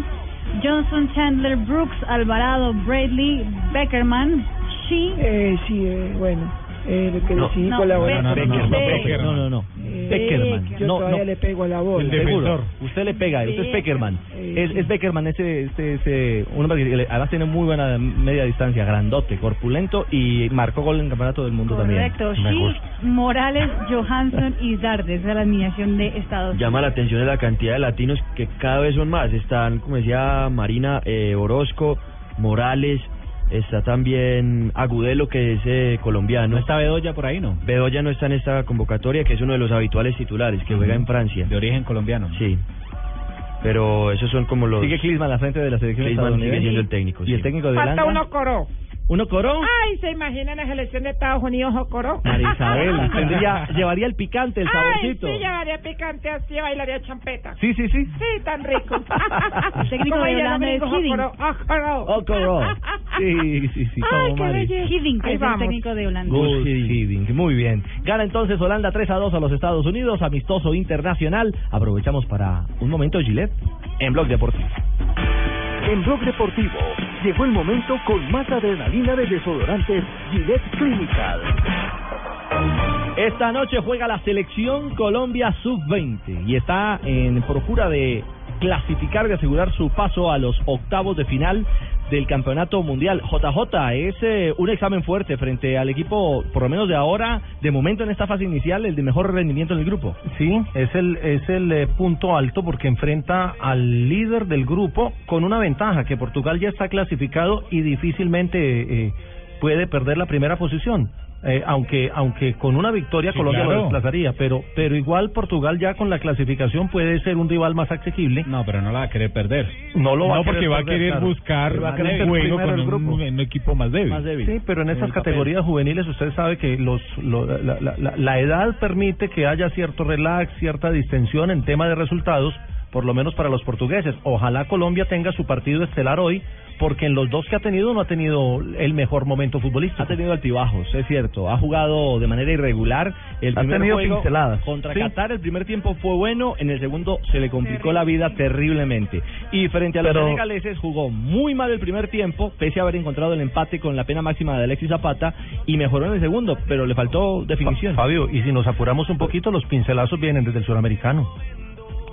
S4: Johnson, Chandler, Brooks, Alvarado, Bradley, Beckerman, Shi.
S8: Eh, sí, eh, bueno, eh, lo que
S7: No,
S8: decidí
S7: no,
S8: con la bola.
S7: no, no, no, no, no, Beckerman. No, no, no.
S8: Eh,
S7: Beckerman.
S8: Yo
S7: No,
S8: todavía
S7: no.
S8: le pego a la bola.
S7: Seguro. Usted le pega, usted es Peckerman. Es, es Peckerman, ese, este, ese, ese, un hombre que le- además tiene muy buena media distancia, grandote, corpulento y marcó gol en el Campeonato del Mundo
S4: Correcto,
S7: también.
S4: Shi, Morales, Johansson y Dardes, esa es la alineación de Estados Unidos.
S3: Llama la atención es la cantidad de latinos que cada vez son más. Están, como decía Marina, eh, Orozco, Morales, está también Agudelo, que es eh, colombiano. ¿No está
S7: Bedoya por ahí, no?
S3: Bedoya no está en esta convocatoria, que es uno de los habituales titulares, que juega en Francia.
S7: De origen colombiano.
S3: Sí. Pero esos son como los...
S7: Sigue Klinsmann a la frente de la selección
S3: Klinsmann
S7: estadounidense.
S3: sigue siendo el técnico,
S7: Y
S3: sí. Ah.
S7: el técnico de
S20: Falta
S7: Holanda.
S20: uno coro.
S7: ¿Uno coro?
S20: Ay, se imaginan la selección de Estados Unidos o coro.
S7: María Isabel. tendría- llevaría el picante, el
S20: Ay,
S7: saborcito.
S20: sí, llevaría picante así, bailaría champeta.
S7: sí, sí, sí.
S20: Sí, tan rico.
S7: El técnico
S20: Como
S7: de
S20: dirían
S7: Holanda es
S20: los gringos,
S7: Hiddink.
S8: ah,
S20: Okoro, Okoro.
S8: Oh.
S7: Okoro. Oh, Sí, sí, sí.
S20: Ay,
S7: como
S20: qué
S7: Mari.
S20: belleza.
S4: Ah, Hiddink, que
S20: Ahí
S4: es el
S20: vamos.
S4: técnico de Holanda.
S7: Good Hiddink. Muy bien. Gana entonces Holanda 3 a 2 a los Estados Unidos, amistoso internacional. Aprovechamos para un momento Gillette en Blog Deportivo.
S21: En Blog Deportivo llegó el momento con más adrenalina de desodorantes Gillette Clinical.
S7: Esta noche juega la selección Colombia Sub-20 y está en procura de clasificar, de asegurar su paso a los octavos de final del Campeonato Mundial. JJ, es eh, un examen fuerte frente al equipo, por lo menos de ahora, de momento en esta fase inicial, el de mejor rendimiento en el grupo.
S10: Sí, es el, es el eh, punto alto porque enfrenta al líder del grupo con una ventaja, que Portugal ya está clasificado y difícilmente eh, eh, puede perder la primera posición. Eh, aunque aunque con una victoria
S5: Sí,
S10: Colombia
S5: claro.
S10: lo desplazaría, pero pero igual Portugal ya con la clasificación puede ser un rival más asequible.
S5: No, pero no la va a querer perder.
S10: No lo va
S5: no,
S10: a querer
S5: porque va a
S10: perder,
S5: querer
S10: claro.
S5: buscar
S10: Va a querer ser
S5: juego
S10: primero
S5: con
S10: el
S5: un,
S10: grupo.
S5: un equipo más débil.
S10: Sí, pero en estas
S5: el papel.
S10: categorías juveniles usted sabe que los lo- la, la- la- la edad permite que haya cierto relax, cierta distensión en tema de resultados, por lo menos para los portugueses. Ojalá Colombia tenga su partido estelar hoy, porque en los dos que ha tenido no ha tenido el mejor momento futbolístico.
S7: Ha tenido altibajos, es cierto. Ha jugado de manera irregular. El
S10: Ha
S7: primer
S10: tenido
S7: juego
S10: pinceladas.
S7: contra
S10: Sí.
S7: Qatar, el primer tiempo fue bueno, en el segundo se le complicó la vida terriblemente. Y frente a los
S10: Pero-
S7: senegaleses jugó muy mal el primer tiempo, pese a haber encontrado el empate con la pena máxima de Alexis Zapata, y mejoró en el segundo, pero le faltó definición.
S10: Fabio, y si nos apuramos un poquito, los pincelazos vienen desde el suramericano.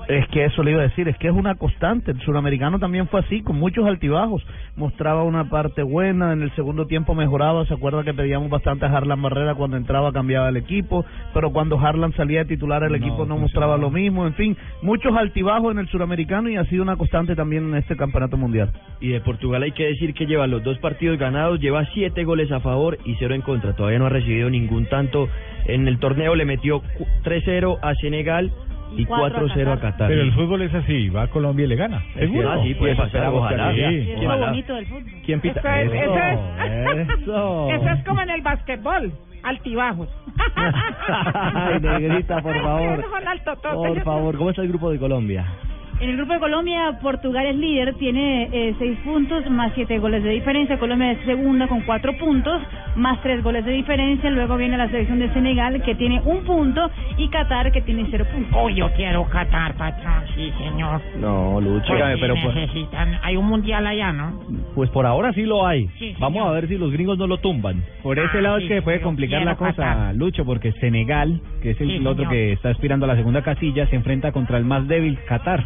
S9: Es que eso le iba a decir, es que es una constante. El suramericano también fue así, con muchos altibajos. Mostraba una parte buena, en el segundo tiempo mejoraba. Se acuerda que pedíamos bastante a Harlan Barrera cuando entraba, cambiaba el equipo. Pero cuando Harlan salía de titular, el equipo no mostraba lo mismo. En fin, muchos altibajos en el suramericano y ha sido una constante también en este campeonato mundial.
S8: Y de Portugal hay que decir que lleva los dos partidos ganados, lleva siete goles a favor y cero en contra. Todavía no ha recibido ningún tanto. En el torneo le metió cu- 3-0 a Senegal y 4-0 a Qatar.
S5: Pero el fútbol es así, va a Colombia y le gana.
S8: Es
S5: ¿Seguro?
S8: verdad, sí, puede pasar, ojalá.
S5: Sí,
S4: Es lo
S5: ojalá.
S4: bonito del fútbol.
S5: ¿Quién
S22: Eso es, eso es,
S5: Eso.
S22: eso es como en el basquetbol, altibajos.
S7: Ay, negrita, por favor.
S22: Con altototes.
S7: Por favor, ¿cómo está el grupo de Colombia?
S4: En el grupo de Colombia, Portugal es líder, tiene eh, seis puntos más siete goles de diferencia. Colombia es segunda con cuatro puntos más tres goles de diferencia. Luego viene la selección de Senegal que tiene un punto y Qatar que tiene cero puntos.
S20: Oh, yo quiero Qatar, patrón, sí, señor.
S7: No, Lucho.
S20: Oye,
S7: pero pues,
S20: necesitan... Hay un mundial allá, ¿no?
S7: pues por ahora sí lo hay.
S20: Sí, señor.
S7: Vamos a ver si los gringos no lo tumban.
S20: Por ese Ah, lado es sí, que puede yo complicar quiero la cosa, Qatar.
S7: Lucho, porque Senegal, que es
S20: el Sí, otro señor. que
S7: está aspirando a la segunda casilla, se enfrenta contra el más débil, Qatar.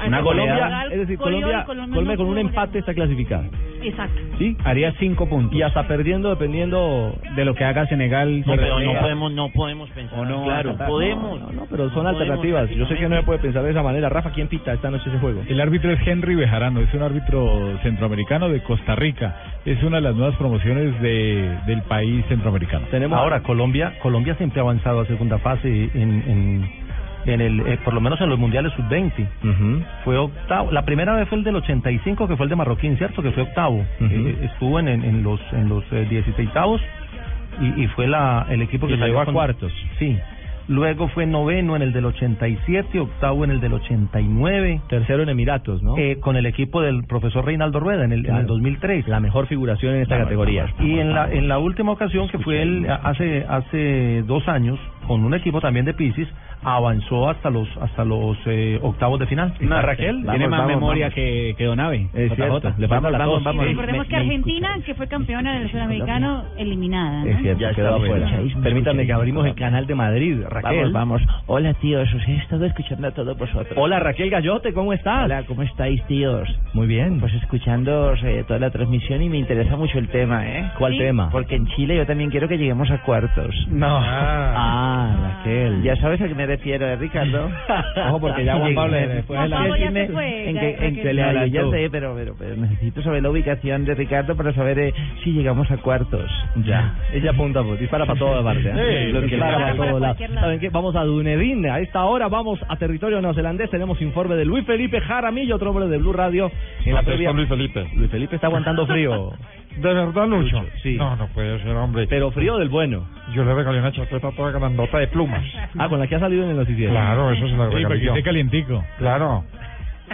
S4: Ay,
S7: Una
S4: pero
S7: goleada.
S4: Portugal
S7: Es decir,
S4: goleó y
S7: Colombia,
S4: Colombia
S7: Colombia
S4: no
S7: con un em-
S4: pudo
S7: empate está clasificada.
S4: ganar. Exacto.
S7: Sí, haría cinco puntos. Y hasta perdiendo dependiendo de lo que haga Senegal.
S23: No, pero no podemos, no podemos pensar.
S7: O no,
S23: claro,
S7: Qatar.
S23: podemos.
S7: No, no, pero son
S23: No podemos,
S7: alternativas. Yo sé que no se puede pensar de esa manera. Rafa, ¿quién pita esta noche ese juego?
S5: El árbitro es Henry Bejarano, es un árbitro centroamericano de Costa Rica. Es una de las nuevas promociones de, del país centroamericano.
S10: Ahora, Colombia Colombia siempre ha avanzado a segunda fase en, en, en el, eh, por lo menos en los mundiales sub-20. Fue octavo. La primera vez fue el del 85, que fue el de Marroquín, ¿cierto? Que fue octavo. Eh, estuvo en, en, en los en los eh, 16avos y, y fue la, el equipo que
S7: Y
S10: salió
S7: llegó a
S10: con-
S7: cuartos.
S10: Sí. Luego fue noveno en el del 87, octavo en el del 89.
S7: Tercero en Emiratos, ¿no?
S10: Eh, con el equipo del profesor Reinaldo Rueda en el, en el 2003.
S7: La mejor figuración en esta categoría.
S10: Y en la, en la última ocasión, que fue el, hace, hace dos años, con un equipo también de Pisis, avanzó hasta los hasta los eh, octavos de final.
S7: No, Raquel, tiene más memoria
S10: que, que Donave.
S7: JJ, le falta la tos.
S4: Y recordemos que Argentina, que fue campeona del sudamericano, eliminada. ¿no?
S7: Es cierto, quedó afuera. Permítanme que abrimos el canal de Madrid. Raquel.
S6: Vamos, vamos. Hola, tíos. Os he estado escuchando a todos vosotros.
S7: Hola, Raquel Gallote, ¿cómo estás?
S6: Hola, ¿cómo estáis, tíos?
S7: Muy bien.
S6: Pues escuchando eh, toda la transmisión y me interesa mucho el tema, ¿eh?
S7: ¿Cuál Sí. tema?
S6: Porque en Chile yo también quiero que lleguemos a cuartos.
S7: No. Ah, Raquel.
S6: Ya sabes a qué me refiero, ¿eh, Ricardo?
S7: Ojo, porque ya Juan Pablo después de la- Juan Pablo ya se
S4: fue,
S6: En
S4: ya-
S6: que, en
S4: Raquel.
S6: que le
S4: Ya la
S6: ya
S4: tuvo.
S6: sé, pero, pero, pero necesito saber la ubicación de Ricardo para saber eh, si llegamos a cuartos.
S7: Ya. Ella apunta, pues, dispara para toda parte. ¿eh?
S6: Sí,
S7: Lo que
S6: dispara
S7: sea,
S6: para
S7: todo lado.
S6: cualquier lado.
S7: ¿Saben qué? Vamos a Dunedin. A esta hora vamos a territorio neozelandés. Tenemos informe de Luis Felipe Jaramillo, otro hombre de Blue Radio. En la previa. Luis Felipe. Luis Felipe está aguantando frío.
S24: ¿De verdad, Lucho?
S7: sí.
S24: No, no puede ser, hombre.
S7: Pero frío del bueno.
S24: Yo le regalé una chaqueta toda grandota de plumas.
S7: Ah, con la que ha salido en el noticiero.
S24: Claro, eso se la
S5: Sí,
S24: regalé
S5: porque
S24: yo.
S5: esté calientico.
S24: Claro.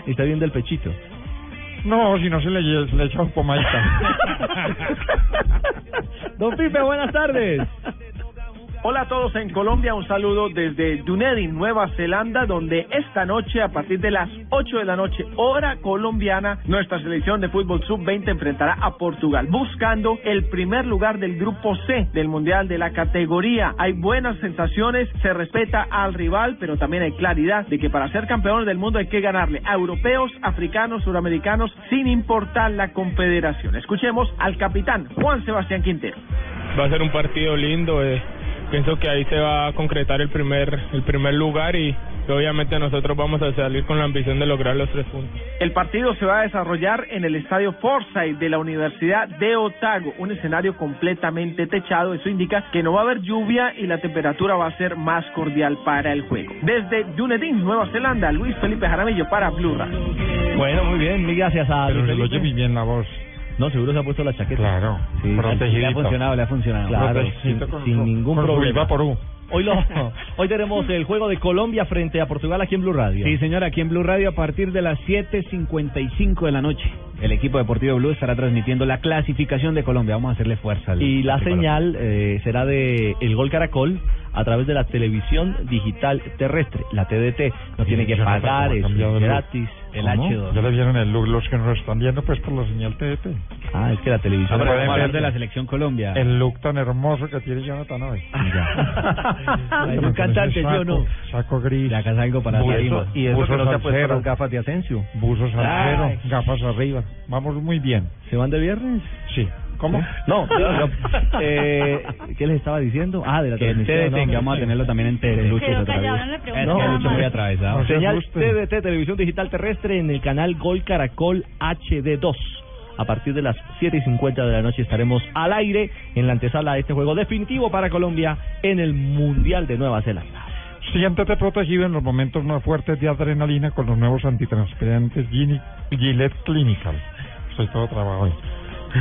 S7: Y está bien del pechito.
S24: No, si no se le, se le echa un pomaita.
S7: Don Pipe, buenas tardes.
S3: Hola a todos en Colombia, un saludo desde Dunedin, Nueva Zelanda, donde esta noche a partir de las 8 de la noche, hora colombiana, nuestra selección de fútbol sub-20 enfrentará a Portugal, buscando el primer lugar del grupo C del Mundial de la categoría. Hay buenas sensaciones, se respeta al rival, pero también hay claridad de que para ser campeones del mundo hay que ganarle a europeos, africanos, suramericanos, sin importar la confederación. Escuchemos al capitán Juan Sebastián Quintero.
S25: va a ser un partido lindo. eh, Pienso que ahí se va a concretar el primer el primer lugar y obviamente nosotros vamos a salir con la ambición de lograr los tres puntos.
S3: El partido se va a desarrollar en el estadio Forsyth de la Universidad de Otago, un escenario completamente techado. Eso indica que no va a haber lluvia y la temperatura va a ser más cordial para el juego. Desde Dunedin, Nueva Zelanda, Luis Felipe Jaramillo para Blue Radio.
S7: Bueno, muy bien. Mil gracias a
S24: Pero
S7: Luis
S24: se lo
S7: Felipe.
S24: oye muy bien la voz.
S7: No, seguro se ha puesto la chaqueta.
S24: Claro.
S7: Sí,
S24: Protegidito.
S7: le ha funcionado, le ha funcionado. Claro, sin,
S24: Protegidito con
S7: sin
S24: ru-
S7: ningún
S24: con
S7: problema.
S24: Ruivaporú.
S7: Hoy, lo, hoy tenemos el juego de Colombia frente a Portugal aquí en Blue Radio.
S26: Sí, señor, aquí en Blue Radio a partir de las 7.55 de la noche. El equipo deportivo Blue estará transmitiendo la clasificación de Colombia. Vamos a hacerle fuerza. al-
S7: Y la
S26: al tricolor.
S7: señal eh, será de El Gol Caracol a través de la televisión digital terrestre, la TDT. No tiene que
S26: yo no sé
S7: pagar,
S26: cómo ha
S7: es
S26: cambiado el-
S7: gratis. El
S24: ¿Cómo?
S7: H2.
S24: Ya le vieron el look los que nos están viendo pues por la señal TDT.
S7: Ah, es que la televisión.
S24: Pueden
S7: Vamos a hablar
S24: ver
S7: de la selección Colombia.
S24: El look tan hermoso que tiene Jonathan hoy.
S7: Ah, Es un cantante,
S24: yo
S7: yo no.
S24: Saco gris.
S7: Ya acá salgo para
S24: buzo-
S7: Tarima.
S24: Y eso que no se ha puesto las gafas.
S27: gafas de Asensio.
S24: Buzos al
S27: Ay.
S24: cero, gafas arriba. Vamos muy bien.
S7: ¿Se van de viernes?
S24: Sí. ¿Cómo?
S7: No,
S24: yo-
S7: eh, ¿qué les estaba diciendo? Ah, de la Que transmisión. TDT, que vamos a tenerlo también en TDT. Lucho
S4: Quedó
S7: se atraviesa.
S4: callado, no le pregunto
S7: Es que
S4: nada
S7: Lucho
S4: más.
S7: muy atravesado. No se Señal asusten. TDT, Televisión Digital Terrestre, en el canal Gol Caracol HD2. A partir de las 7 y 50 de la noche estaremos al aire en la antesala de este juego definitivo para Colombia en el Mundial de Nueva Zelanda.
S24: Siéntete protegido en los momentos más fuertes de adrenalina con los nuevos antitranspirantes Gini- Gillette Clinical. Soy todo trabajo hoy.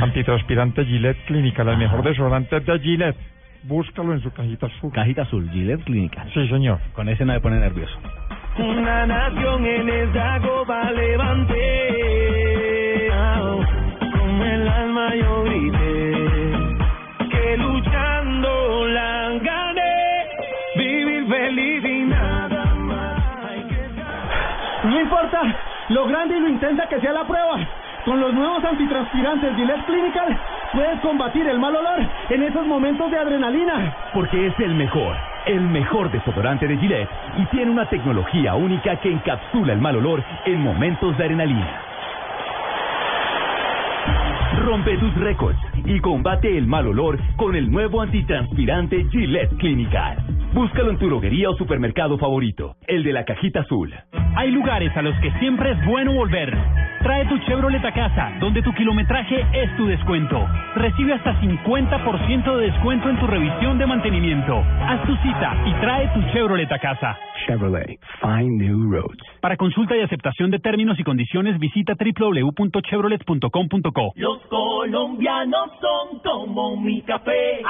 S24: Antitranspirante Gillette Clinical, el mejor desodorante de Gillette. Búscalo en su cajita azul.
S7: Cajita azul, Gillette Clinical.
S24: Sí, señor.
S7: Con ese no me pone nervioso.
S8: Una nación en esta copa levanté. Con el alma yo grité. Que luchando la gané. Vivir feliz y nada
S28: No importa lo grande y lo intensa que sea la prueba. Con los nuevos antitranspirantes Gillette Clinical puedes combatir el mal olor en esos momentos de adrenalina.
S3: Porque es el mejor, el mejor desodorante de Gillette y tiene una tecnología única que encapsula el mal olor en momentos de adrenalina. Rompe tus récords y combate el mal olor con el nuevo antitranspirante Gillette Clinical. Búscalo en tu droguería o supermercado favorito, el de la cajita azul.
S29: Hay lugares a los que siempre es bueno volver. Trae tu Chevrolet a casa, donde tu kilometraje es tu descuento. Recibe hasta 50% de descuento en tu revisión de mantenimiento. Haz tu cita y trae tu Chevrolet a casa.
S30: Chevrolet, find new roads.
S29: Para consulta y aceptación de términos y condiciones, visita www.chevrolet.com.co.
S8: Los colombianos son como mi café.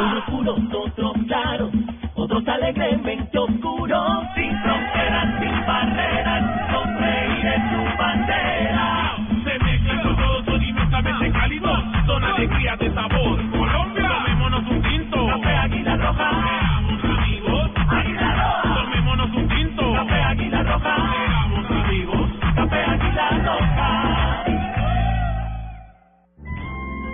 S8: Unos puros, otros claros, otros alegremente oscuros. Sin fronteras, sin barreras, con reír en su bandera. Se mezclan con todos, son inmensamente cálidos, son alegría de sabor. Colombia, tomémonos un tinto. Café Águila Roja. Seamos amigos. Águila Roja. Tomémonos un tinto. Café Águila Roja. Seamos amigos. Café Águila Roja.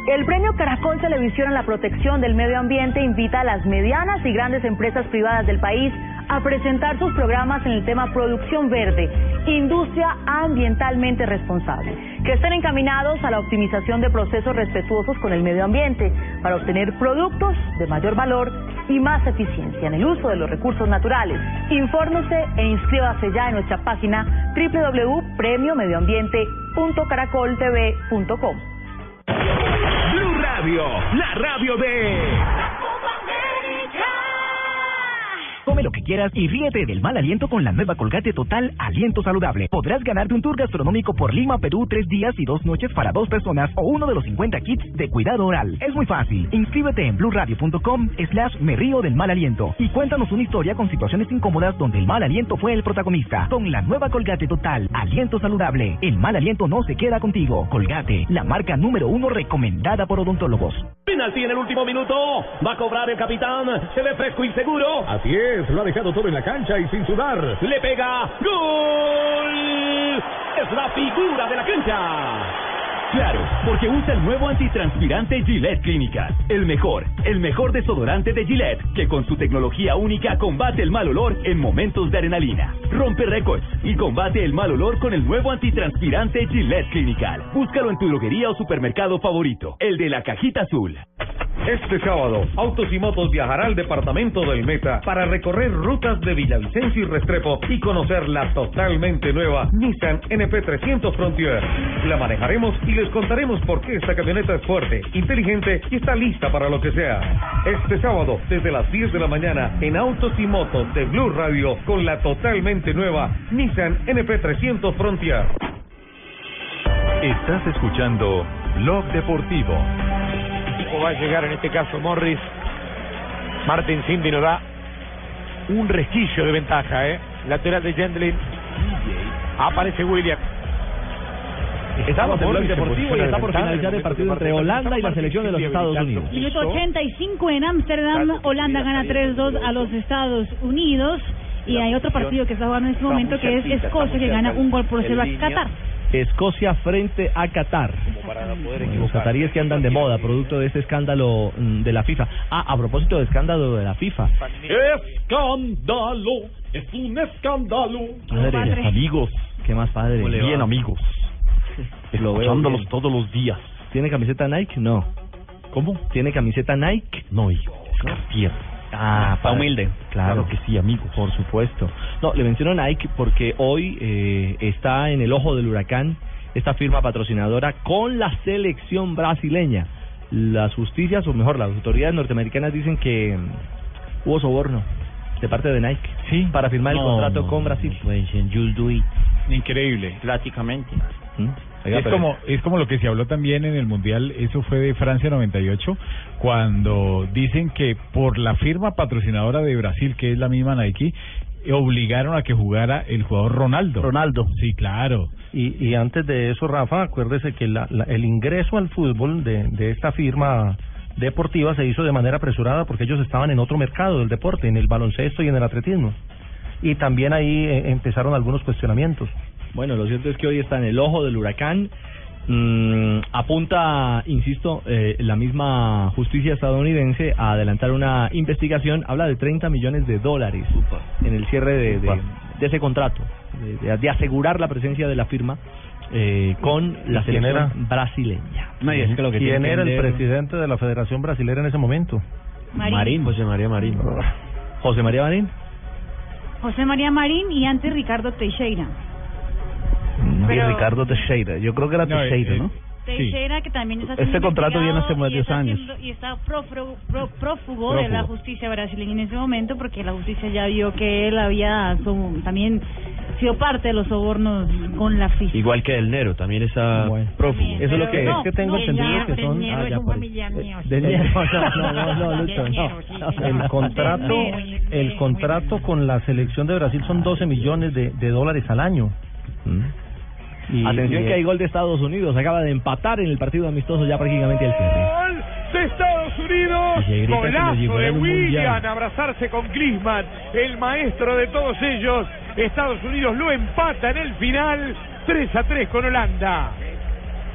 S31: El premio Caracol Televisión a la protección del medio ambiente invita a las medianas y grandes empresas privadas del país a presentar sus programas en el tema producción verde, industria ambientalmente responsable, que estén encaminados a la optimización de procesos respetuosos con el medio ambiente para obtener productos de mayor valor y más eficiencia en el uso de los recursos naturales. Infórmese e inscríbase ya en nuestra página www.premiomedioambiente.caracoltv.com.
S8: Blue Radio, la radio de.
S32: Come lo que quieras y ríete del mal aliento con la nueva Colgate Total Aliento Saludable. Podrás ganarte un tour gastronómico por Lima, Perú, tres días y dos noches para dos personas o uno de los 50 kits de cuidado oral. Es muy fácil. Inscríbete en blurradio.com slash me río del mal aliento y cuéntanos una historia con situaciones incómodas donde el mal aliento fue el protagonista. Con la nueva Colgate Total Aliento Saludable, el mal aliento no se queda contigo. Colgate, la marca número uno recomendada por odontólogos.
S33: Penalti en el último minuto. Va a cobrar el capitán. Se ve fresco y seguro.
S34: Así es, lo ha dejado todo en la cancha y sin sudar.
S33: Le pega. ¡Gol! Es la figura de la cancha.
S3: Claro, porque usa el nuevo antitranspirante Gillette Clinical. El mejor, el mejor desodorante de Gillette, que con su tecnología única combate el mal olor en momentos de adrenalina. Rompe récords y combate el mal olor con el nuevo antitranspirante Gillette Clinical. Búscalo en tu droguería o supermercado favorito, el de la cajita azul.
S35: Este sábado, Autos y Motos viajará al departamento del Meta para recorrer rutas de Villavicencio y Restrepo y conocer la totalmente nueva Nissan NP300 Frontier. La manejaremos y les contaremos por qué esta camioneta es fuerte, inteligente y está lista para lo que sea. Este sábado, desde las 10 de la mañana, en Autos y Motos de Blue Radio, con la totalmente nueva Nissan NP300 Frontier.
S36: Estás escuchando Blog Deportivo.
S31: O va a llegar en este caso Morris. Martin Cindy nos da un resquillo de ventaja, ¿eh? Lateral de Gendlin. Aparece William.
S7: Estamos en Blog Deportivo y está por finalizar el partido entre Holanda y la selección de los Estados Unidos.
S4: Minuto 85 en Ámsterdam. Holanda gana 3-2 a los Estados Unidos. Y hay otro partido que está jugando en este momento que es Escocia, que gana un gol por cero a Qatar.
S7: Escocia frente a Qatar. Los cataríes que andan de moda, producto de este escándalo mm, de la FIFA. Ah, a propósito de escándalo de la FIFA.
S8: Escándalo, es un escándalo.
S7: Padres, amigos. ¿Qué más padre?
S8: ¿Cómo le va? Bien, amigos.
S7: Lo veo
S8: Escuchándolos
S7: bien.
S8: todos los días.
S7: ¿Tiene camiseta Nike? No. ¿Cómo? ¿Tiene camiseta Nike? No, hijo. Ah,
S8: Está
S7: padre.
S8: humilde.
S7: Claro.
S8: Claro que sí, amigo.
S7: Por supuesto. No, le menciono Nike porque hoy eh, está en el ojo del huracán esta firma patrocinadora con la selección brasileña. Las justicias, o mejor, las autoridades norteamericanas dicen que mm, hubo soborno de parte de Nike sí. para firmar el
S6: No,
S7: contrato
S6: no, pues,
S7: con Brasil.
S5: Increíble.
S6: Prácticamente.
S7: Oiga,
S5: es
S7: pero-
S5: como es como lo que se habló también en el mundial, eso fue de Francia 98, cuando dicen que por la firma patrocinadora de Brasil, que es la misma Nike, obligaron a que jugara el jugador Ronaldo.
S10: Ronaldo.
S5: Sí, claro.
S10: Y, y antes de eso, Rafa, acuérdese que la- la- el ingreso al fútbol de, de esta firma deportiva se hizo de manera apresurada porque ellos estaban en otro mercado del deporte, en el baloncesto y en el atletismo. Y también ahí eh, empezaron algunos cuestionamientos.
S7: Bueno, lo cierto es que hoy está en el ojo del huracán. Mm, apunta, insisto, eh, la misma justicia estadounidense a adelantar una investigación. Habla de 30 millones de dólares en el cierre de, de- de ese contrato, de, de- de asegurar la presencia de la firma eh, con la
S10: quién
S7: selección
S10: era?
S7: brasileña.
S10: ¿Quién era el presidente de la Federación Brasilera en ese momento?
S4: Marín. Marín,
S10: José María Marín.
S7: José María Marín.
S4: José María Marín y antes Ricardo Teixeira. Pero-
S6: Ricardo Teixeira. Yo creo que era
S4: No, eh,
S6: Teixeira,
S4: eh,
S6: ¿no?
S4: Teixeira que también está
S6: Este contrato viene hace más de
S4: y está
S6: 10 años.
S4: siendo- Y está prófro- pró- prófugo de la
S6: Prófugo.
S4: justicia brasileña en ese momento porque la justicia ya vio que él había so- también sido parte de los sobornos con la FIFA.
S6: Igual que del Nero, también esa prófugo.
S4: También, Eso es lo pero que- no, es que tengo no, entendido ya, que del son- Nero ah, es ya, un pues, familiar mío. eh, del Nero, no, no, no, Lucho, no.
S10: El contrato, el contrato con la selección de Brasil son 12 millones de, de dólares al año. ¿Mm? Y-
S7: Atención
S10: y-
S7: que hay gol de Estados Unidos. Acaba de empatar en el partido amistoso ya prácticamente al cierre.
S37: Gol de Estados Unidos.
S7: Oye, grita que nos
S37: Golazo
S7: llevó
S37: de
S7: en un
S37: William.
S7: mundial.
S37: Abrazarse con Griezmann, el maestro de todos ellos. Estados Unidos lo empata en el final. 3 a 3 con Holanda.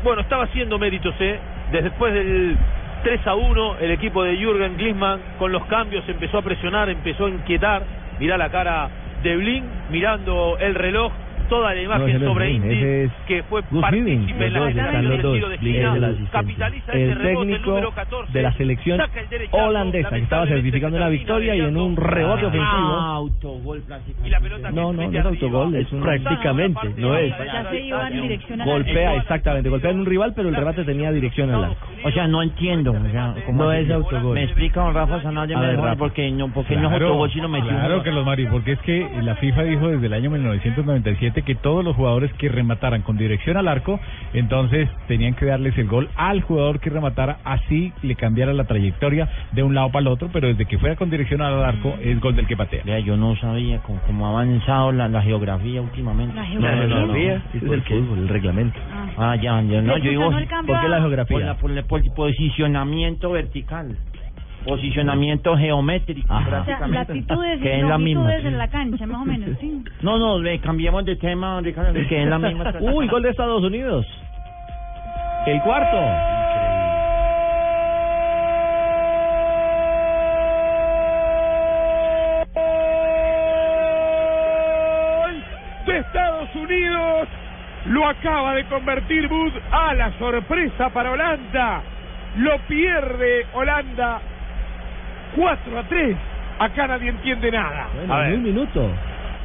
S3: Bueno, estaba haciendo méritos, ¿eh? Desde- Después del 3 a 1, el equipo de Jürgen Klinsmann con los cambios empezó a presionar, empezó a inquietar. Mirá la cara de Blin mirando el reloj, toda la
S7: No, ese
S3: imagen
S7: no es
S3: sobre
S7: Blin,
S3: Indy,
S7: ese es
S3: que fue
S7: Gus Hiddink,
S3: partícipe en
S7: los
S3: la
S7: dos, están
S3: del
S7: los dos,
S3: tiro de
S7: Blin es el
S3: esquina.
S7: asistente.
S3: Capitaliza ese
S7: el
S3: rebote, el
S7: técnico
S3: número 14.
S7: de la selección
S3: saca el derechazo,
S7: holandesa que estaba certificando una victoria y en un rebote
S8: Ah,
S3: Ah,
S7: ofensivo.
S6: autogol prácticamente.
S7: No, no, no es autogol, es un
S6: Prácticamente, no es.
S4: Ya se iba en dirección a la-
S7: Golpea, exactamente, golpea en un rival, pero el remate tenía dirección al arco.
S6: O sea, no entiendo. o sea, ¿cómo
S7: No
S6: así?
S7: es autogol.
S6: Me explica don Rafa Sanabria
S5: A ver,
S6: mejor
S5: Rafa.
S6: porque no, porque no es autogol si no metió. un
S5: claro,
S6: gol.
S5: Carlos Mario, porque es que la FIFA dijo desde el año 1997 que todos los jugadores que remataran con dirección al arco, entonces tenían que darles el gol al jugador que rematara, así le cambiara la trayectoria de un lado para el otro, pero desde que fuera con dirección al arco es gol del que patea.
S6: Vea, yo no sabía cómo, cómo ha avanzado la, la geografía últimamente.
S4: La
S6: No, no, no, no. geografía ¿Y es por el qué? fútbol, el reglamento. Ah, ya, ya, no, ¿Le yo digo, funcionó el cambio ¿por qué a- la geografía? Por, la- por la- por el posicionamiento vertical, posicionamiento geométrico,
S4: O sea,
S6: prácticamente.
S4: latitudes
S6: que es
S4: y
S6: la misma.
S4: longitudes en la cancha, más o menos, sí.
S6: No, no, le cambiemos de tema, don Ricardo, que es la misma.
S7: Uy, gol de Estados Unidos. El cuarto.
S37: Gol de Estados Unidos. Lo acaba de convertir Bud a la sorpresa para Holanda. Lo pierde Holanda 4 a 3. Acá nadie entiende nada.
S7: Bueno, en un minuto.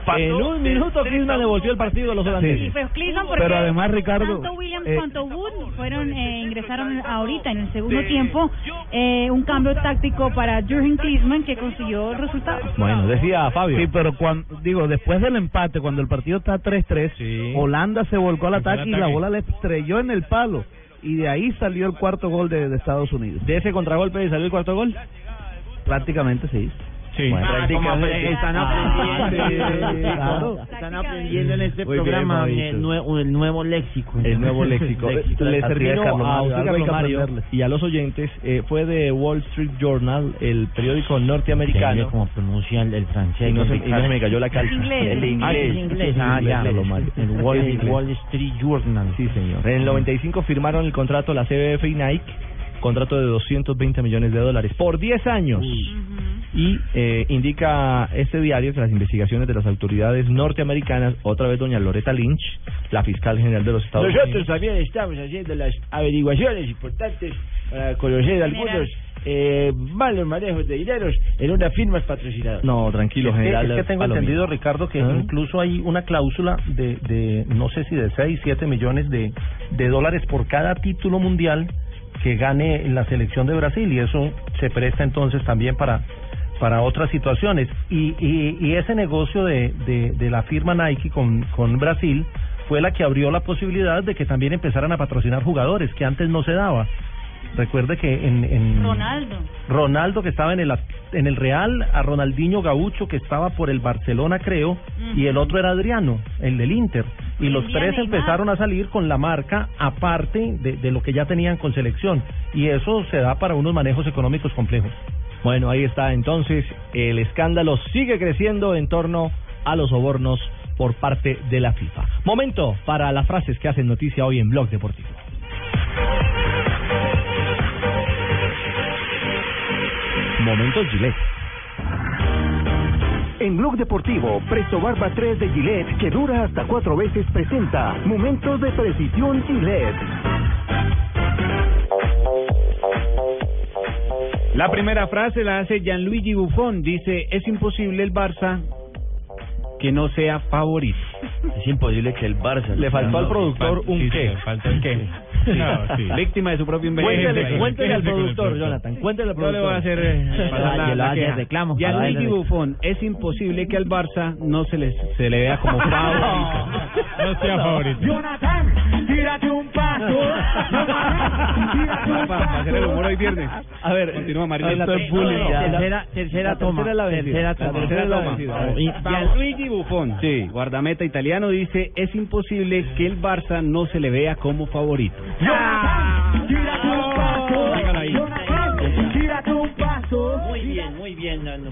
S37: Pasó
S7: en un
S37: de
S7: minuto
S37: tres
S7: Klinsmann devolvió el partido a los
S4: Y
S7: holandeses.
S4: pues Cleveland,
S7: Pero
S4: porque
S7: además, Ricardo,
S4: tanto Williams
S7: eh,
S4: cuanto Wood fueron eh, ingresaron ahorita en el segundo tiempo eh, un cambio táctico para Jürgen Klinsmann que consiguió el resultado.
S7: Bueno, decía Fabio.
S6: Sí, pero cuando, digo, después del empate, cuando el partido está 3-3, Holanda se volcó al Volcó al ataque, y la ataque. bola le estrelló en el palo. Y de ahí salió el cuarto gol de, de Estados Unidos.
S7: ¿De ese contragolpe salió el cuarto gol?
S6: Prácticamente sí.
S5: Sí.
S8: Bueno,
S5: Ah,
S8: prácticamente
S5: como aprende-
S8: están
S5: Ah,
S8: aprendiendo,
S5: sí,
S8: claro,
S5: claro.
S8: están aprendiendo en este
S5: Muy bien,
S8: programa
S5: Fabito.
S8: el, nue- el nuevo léxico.
S7: El nuevo léxico. Les termino a usted, Carlos Mario, y a los oyentes. eh, fue de Wall Street Journal, el periódico norteamericano.
S8: como pronuncia el, el francés.
S7: Y no se- y no se me cayó la
S8: cara.
S7: calza. El de
S8: Ah,
S7: inglés.
S8: es inglés.
S7: El
S8: Ah,
S7: inglés,
S8: ya.
S7: Carlos Mario.
S8: El Wall,
S7: El inglés.
S8: Wall Street Journal.
S7: Sí, señor. En el 95 firmaron el contrato la CBF y Nike, contrato de 220 millones de dólares por 10 años. Y eh, indica este diario que las investigaciones de las autoridades norteamericanas, otra vez doña Loretta Lynch, la fiscal general de los Estados
S8: Nosotros
S7: Unidos.
S8: también estamos haciendo las averiguaciones importantes para conocer algunos eh, malos manejos de dineros en una firma patrocinada.
S7: No, tranquilo,
S10: Es que-
S7: general.
S10: Es que tengo
S7: Palomino.
S10: entendido, Ricardo, que
S7: ¿Ah?
S10: incluso hay una cláusula de, de, no sé si de 6, 7 millones de, de dólares por cada título mundial que gane la selección de Brasil y eso se presta entonces también para para otras situaciones y, y, y ese negocio de, de, de la firma Nike con, con Brasil fue la que abrió la posibilidad de que también empezaran a patrocinar jugadores que antes no se daba recuerde que en, en
S4: Ronaldo.
S10: Ronaldo que estaba en el at- en el Real, a Ronaldinho Gaucho que estaba por el Barcelona creo y el otro era Adriano, el del Inter y los
S7: Bien,
S10: tres
S7: Neymar.
S10: empezaron a salir con la marca aparte de, de lo que ya tenían con selección y eso se da para unos manejos económicos complejos.
S7: Bueno, ahí está entonces el escándalo sigue creciendo en torno a los sobornos por parte de la FIFA. Momento para las frases que hacen noticia hoy en Blog Deportivo.
S38: Momento Gillette.
S39: En Blog Deportivo, Presto Barba 3 de Gillette, que dura hasta cuatro veces, presenta Momentos de Precisión Gillette.
S3: La primera frase la hace Gianluigi Buffon. Dice, es imposible el Barça que no sea favorito. Es imposible que el Barça...
S7: Le faltó al productor un
S3: sí,
S7: qué.
S3: Le faltó un qué. Sí.
S7: No, sí.
S3: Víctima de su propio inventario.
S7: Cuéntale, cuéntale al productor, Jonathan. Cuéntale al
S3: Yo
S7: productor.
S3: le voy a hacer eh, pasar la, la queja.
S7: reclamo.
S3: Gianluigi Buffon, es imposible que al Barça no se le, se le vea como favorito.
S5: No sea favorito.
S6: Jonathan, tírate un paso.
S3: Para, para hacer el humor hoy viernes. A ver, continúa Marina.
S8: Esto es bullying. Tercera- tercera
S3: La
S8: toma.
S3: Tercera es la vencida.
S8: Tercera
S3: La
S8: toma.
S3: tercera es la
S8: Toma.
S3: vencida.
S8: Vamos.
S3: Y Gianluigi Buffon, guardameta italiano, dice, es imposible que el Barça no se le vea como favorito.
S6: Tírate un paso.
S3: Déjala ahí.
S6: Jonathan, tírate un paso.
S8: Muy bien, muy bien, Nando.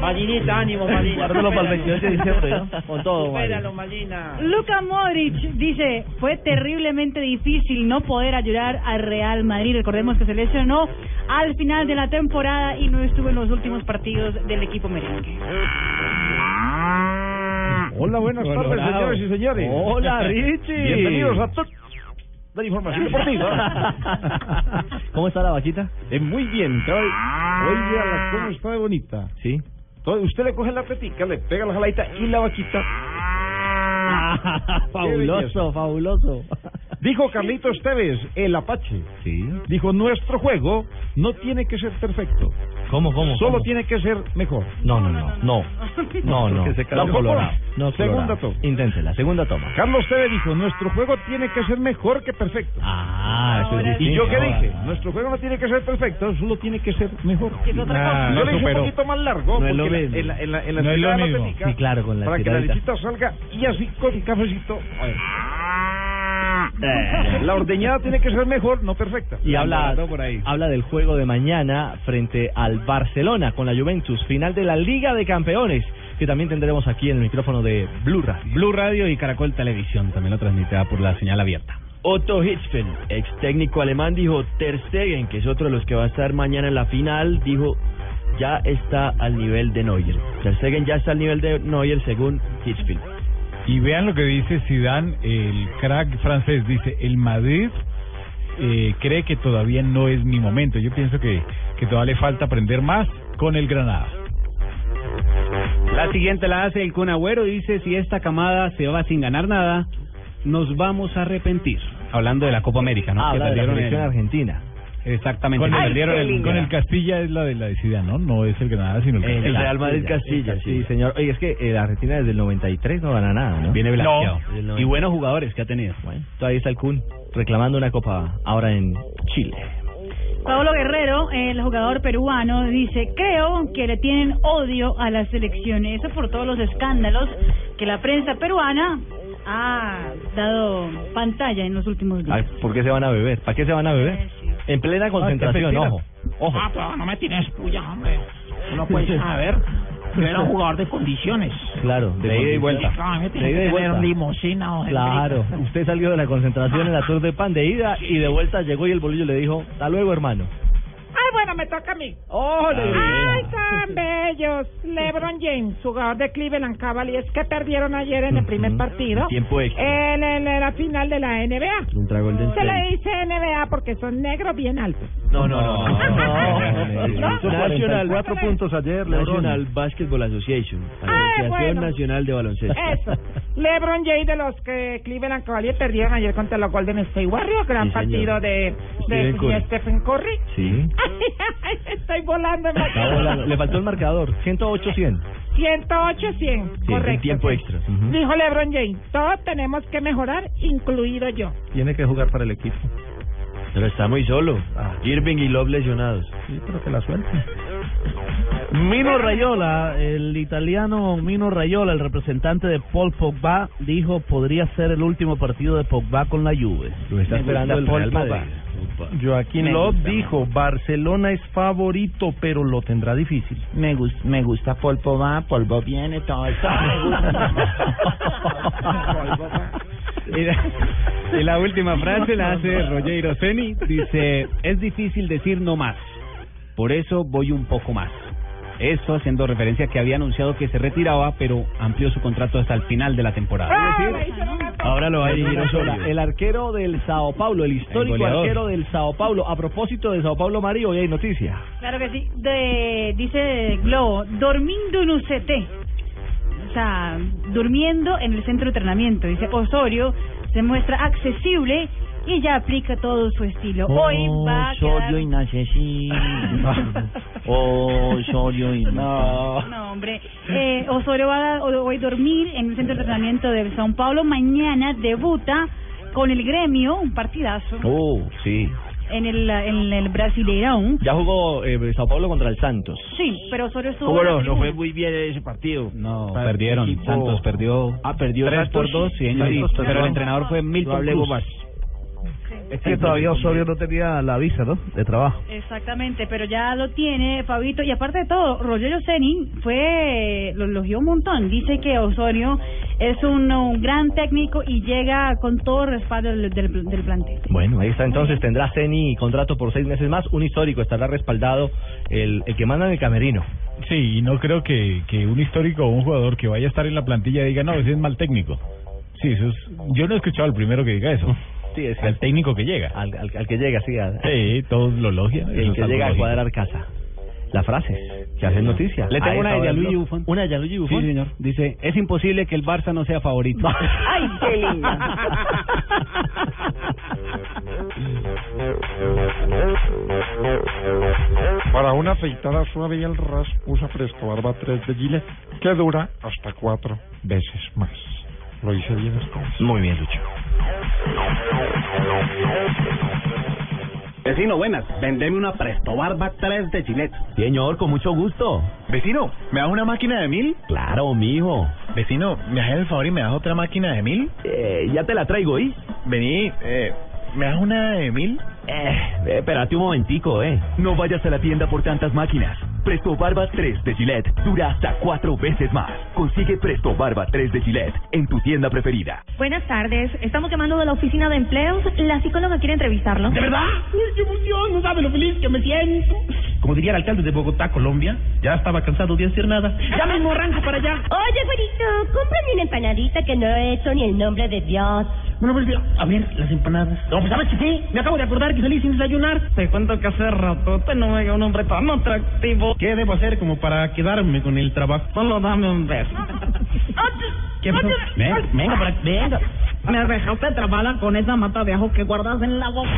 S8: Marinita, ánimo, Marina.
S7: Guárdalo para el 22 de diciembre, ¿no?
S8: Con todo,
S7: Supéralo,
S8: Marina.
S4: Luka Modric dice, fue terriblemente difícil no poder ayudar al Real Madrid. Recordemos que se lesionó al final de la temporada y no estuvo en los últimos partidos del equipo merengue.
S24: Hola, buenas tardes,
S3: Colorado.
S24: señores y señores.
S3: Hola, Richie.
S24: Bienvenidos a Top de la Información Deportiva.
S7: ¿Cómo está la vaquita? Ah.
S24: Eh, muy bien, trae- oiga la cómo está de bonita.
S7: Sí.
S24: Entonces, usted le coge la petica, le pega la jalaita y la vaquita.
S7: Ah,
S8: Fabuloso, fabuloso.
S24: Dijo Carlitos Tevez, el Apache.
S7: Sí.
S24: Dijo, nuestro juego no tiene que ser perfecto.
S7: ¿Cómo, cómo?
S24: Solo
S7: cómo?
S24: tiene que ser mejor.
S7: No, no, no. No. No, no.
S24: Porque se cayó
S7: Tampoco
S24: Colorado.
S7: No,
S24: Segunda
S7: Colorado. Inténtela, segunda toma.
S24: Carlos Tevez dijo, nuestro juego tiene que ser mejor que perfecto.
S7: Ah, eso es
S24: ¿Y
S7: distinto.
S24: yo qué dije? Nuestro juego no tiene que ser perfecto, solo tiene que ser mejor.
S7: es otra cosa.
S24: yo
S7: lo
S24: le dije
S7: superó.
S24: un poquito más largo,
S7: No es
S24: porque
S7: lo
S24: la-
S7: mismo.
S24: en la, en la, en la
S7: No es lo
S24: estirada no te
S7: mismo.
S24: pica,
S7: Sí, claro, con la
S24: Para que la
S7: estiradita.
S24: lechita salga y así con cafecito. a ver.
S7: Eh.
S24: La ordeñada tiene que ser mejor, no perfecta.
S7: Y
S24: La
S7: habla,
S24: embarazó por ahí.
S7: habla del juego de mañana frente al Barcelona con la Juventus, final de la Liga de Campeones, que también tendremos aquí en el micrófono de Blue Radio.
S3: Blue Radio y Caracol Televisión también lo transmitirá por la señal abierta.
S8: Otto Hitzfeld, ex técnico alemán, dijo Ter Stegen, que es otro de los que va a estar mañana en la final, dijo ya está al nivel de Neuer. Ter Stegen ya está al nivel de Neuer según Hitzfeld.
S5: Y vean lo que dice Zidane, el crack francés, dice, el Madrid eh, cree que todavía no es mi momento. Yo pienso que, que todavía le falta aprender más con el Granada.
S3: La siguiente la hace el Kun Agüero, dice, si esta camada se va sin ganar nada, nos vamos a arrepentir. Hablando de la Copa América, ¿no?
S7: Ah,
S3: Que
S7: habla de la
S3: perdieron
S7: selección
S3: el-
S7: argentina.
S3: Exactamente.
S5: Con,
S3: que
S5: el,
S3: perdieron el-
S5: con el Castilla es la de la de Zidane, ¿no? No es el Granada, sino el, Castilla.
S7: Castilla, sí, señor. Oye, es que eh, la Argentina desde el 93 no gana nada, ¿no?
S3: Viene blanqueado.
S7: No.
S3: Y buenos jugadores que ha tenido.
S7: Todavía está el Kun reclamando una copa ahora en Chile.
S4: Pablo Guerrero, el jugador peruano, dice, creo que le tienen odio a las selecciones, eso por todos los escándalos que la prensa peruana ha dado pantalla en los últimos días.
S7: Ay, Ah, ¿Por qué se van a beber? ¿Para qué se van a beber? En plena concentración,
S20: mentira.
S7: ojo. Ojo.
S20: Ah, pero no me tienes puya, hombre. Tú no pues, puedes saber. Yo era un jugador de condiciones.
S7: Claro, de ida y vuelta.
S20: Exactamente,
S7: De ida y
S20: tener
S7: vuelta.
S20: limosina o
S7: Claro, usted salió de la concentración en la Tour de Pan de ida y de vuelta llegó y el bolillo le dijo, hasta luego hermano.
S20: Ay, bueno, me toca a mí.
S7: Ay,
S20: ¡Ay, tan bellos! LeBron James, jugador de Cleveland Cavaliers, que perdieron ayer en el primer partido.
S7: El tiempo extra.
S20: En, en la final de la NBA.
S7: Un trago Golden
S20: Se
S7: State.
S20: le dice NBA porque son negros bien altos.
S7: No, no, no. no, no,
S20: No,
S7: no.
S20: Nacional.
S7: cuatro puntos
S10: ayer,
S7: National Basketball Association,
S20: Ay,
S9: Ah,
S7: Asociación
S20: bueno.
S7: Nacional de Baloncesto.
S9: Eh.
S20: Eso. LeBron James de los que Cleveland Cavaliers perdieron ayer contra los Golden State Warriors. Gran
S7: Sí,
S20: partido
S7: señor.
S20: de, de
S7: Stephen Curry.
S20: Stephen Curry.
S7: Sí.
S20: Ay, estoy volando. en la
S7: Está volando. Le faltó el marcador, 108-100.
S20: 108-100.
S7: Sí, en
S20: correcto.
S7: tiempo extra. Ujú.
S20: Dijo LeBron James, todos tenemos que mejorar, incluido yo.
S10: Tiene que jugar para el equipo. Ah.
S7: Pero está muy solo. Irving y Love lesionados.
S10: Sí, pero que la suelte. Mino
S9: Rayola, el italiano Mino Rayola, el representante de Paul Pogba, dijo podría ser el último partido de Pogba con la Juve.
S10: Lo está
S9: Me
S10: esperando
S9: gusta
S10: el
S9: Paul
S10: Real
S9: Pogba.
S10: Madrid. Joaquín
S9: Me
S10: Love
S9: gusta.
S10: dijo, Barcelona es favorito, pero lo tendrá difícil.
S20: Me, me gusta Paul Pogba, Polvo viene, todo eso.
S3: Y la, y la última frase la hace Roger Ceni. Dice, es difícil decir no más. Por eso voy un poco más. Esto haciendo referencia a que había anunciado que se retiraba, pero amplió su contrato hasta el final de la
S8: ¡Ah!
S3: temporada.
S7: Ahora lo va a dirigir Osorio.
S9: El arquero del Sao Paulo, el histórico
S7: goleador.
S9: arquero del Sao Paulo. A propósito de Sao Paulo, Mario, hoy hay noticia.
S4: Claro que sí, de, dice Globo, dormindo en UCT, o sea, durmiendo en el centro de entrenamiento, dice Osorio, se muestra accesible y ya aplica todo su estilo. Hoy va a quedar...
S20: Osorio inaccesible. Osorio inaccesible.
S4: No, hombre. Eh, Osorio va a o- hoy dormir en el centro de entrenamiento de Sao Paulo. Mañana debuta con el gremio, un partidazo,
S7: Oh, sí.
S4: en el, en el Brasileirão.
S7: Ya jugó eh, Sao Paulo contra el Santos.
S4: Sí, pero Osorio estuvo...
S7: Jugó
S4: en la
S7: no, no
S4: tribuna.
S7: fue muy bien ese partido.
S3: No,
S7: Para
S3: perdieron.
S7: el equipo-
S3: Santos perdió.
S7: Ah, perdió
S3: tres
S7: Santos,
S3: por dos,
S7: sí.
S3: sí, señor.
S7: Santos
S3: Sí, pero
S7: perdió.
S3: el entrenador fue
S7: No
S3: Milton
S7: hablé
S3: Cruz.
S7: más.
S10: Es que todavía Osorio no tenía la visa, ¿no? De trabajo.
S4: Exactamente, pero ya lo tiene Fabito. Y aparte de todo, Rogelio Ceni fue, lo elogió un montón. Dice que Osorio es un, un gran técnico y llega con todo respaldo del, del, del plantel.
S7: Bueno, ahí está. Entonces tendrá Ceni contrato por seis meses más. Un histórico estará respaldado el, el que manda en el camerino.
S5: Sí, y no creo que, que un histórico o un jugador que vaya a estar en la plantilla diga, no, ese es mal técnico. Sí, eso es, yo no he escuchado al primero que diga eso.
S7: Sí, es
S5: al técnico que llega.
S7: Al, al, al que llega, sí. al-
S5: Sí, todos lo logian. eso
S7: el
S5: es
S7: que
S5: algo
S7: llega a
S5: lógico.
S7: cuadrar casa. Las frases que hacen noticia.
S3: Le
S7: Ahí
S3: tengo una
S7: está
S3: de
S7: Barcelona.
S3: Gianluigi Buffon.
S7: ¿Una de Gianluigi Buffon?
S3: Sí, señor. Dice, es imposible que el Barça no sea favorito.
S9: ¡Ay, qué linda!
S24: Para una afeitada suave y al ras, usa Presto Barba 3 de Gillette, que dura hasta cuatro veces más. Lo hice bien entonces.
S7: Muy bien, Lucho.
S8: Vecino, buenas. Vendeme una Presto Barba 3 de Gillette.
S7: Señor, con mucho gusto.
S8: Vecino, ¿me da una máquina de mil?
S7: Claro, mijo.
S8: Vecino, ¿me haces el favor y me das otra máquina de mil?
S7: Eh, ya te la traigo, ¿y?
S8: Vení, eh, ¿me das una de mil?
S7: Eh, eh, espérate un momentico, eh.
S40: No vayas a la tienda por tantas máquinas. Presto Barba 3 de Gillette dura hasta cuatro veces más. Consigue Presto Barba 3 de Gillette en tu tienda preferida.
S31: Buenas tardes, estamos llamando de la oficina de empleos. La psicóloga quiere entrevistarlo.
S8: ¿De verdad? ¡Uy, qué emoción! No sabe lo feliz que me siento. Como diría el alcalde de Bogotá, Colombia, ya estaba cansado de hacer nada. ¡Ya me morranco para allá!
S41: Oye, güerito, cómprame una empanadita que no he hecho ni el nombre de Dios.
S8: Bueno, pues, mira, a ver, las empanadas. No, pues, ¿sabes qué? Sí, Me acabo de acordar que salí sin desayunar. Te cuento que hace rato te no llega un hombre tan atractivo. ¿Qué debo hacer como para quedarme con el trabajo? Solo dame un beso.
S31: Otro-
S8: ¿Qué pasó?
S31: otro-
S8: Venga, venga, para- venga.
S4: Me dejaste trabada con esa mata de ajo que guardas en la boca.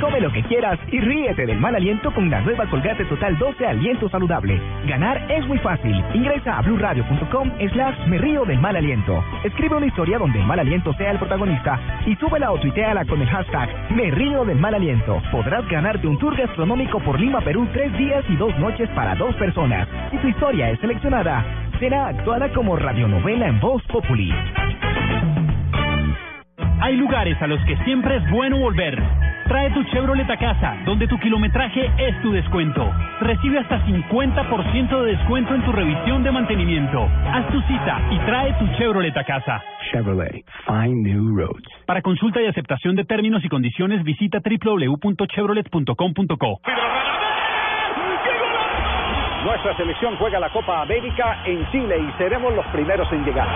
S32: Come lo que quieras y ríete del mal aliento con la nueva Colgate Total 12 Aliento Saludable. Ganar es muy fácil. Ingresa a blurradio.com slash me río del mal aliento. Escribe una historia donde el mal aliento sea el protagonista y súbela o tuiteala con el hashtag me río del mal aliento. Podrás ganarte un tour gastronómico por Lima, Perú, tres días y dos noches para dos personas. Y tu historia es seleccionada. Será actuada como radionovela en Voz Populi.
S29: Hay lugares a los que siempre es bueno volver. Trae tu Chevrolet a casa, donde tu kilometraje es tu descuento. Recibe hasta 50% de descuento en tu revisión de mantenimiento. Haz tu cita y trae tu Chevrolet a casa.
S42: Chevrolet, find new roads.
S29: Para consulta y aceptación de términos y condiciones, visita www.chevrolet.com.co.
S43: Nuestra selección juega la Copa América en Chile y seremos los primeros en llegar.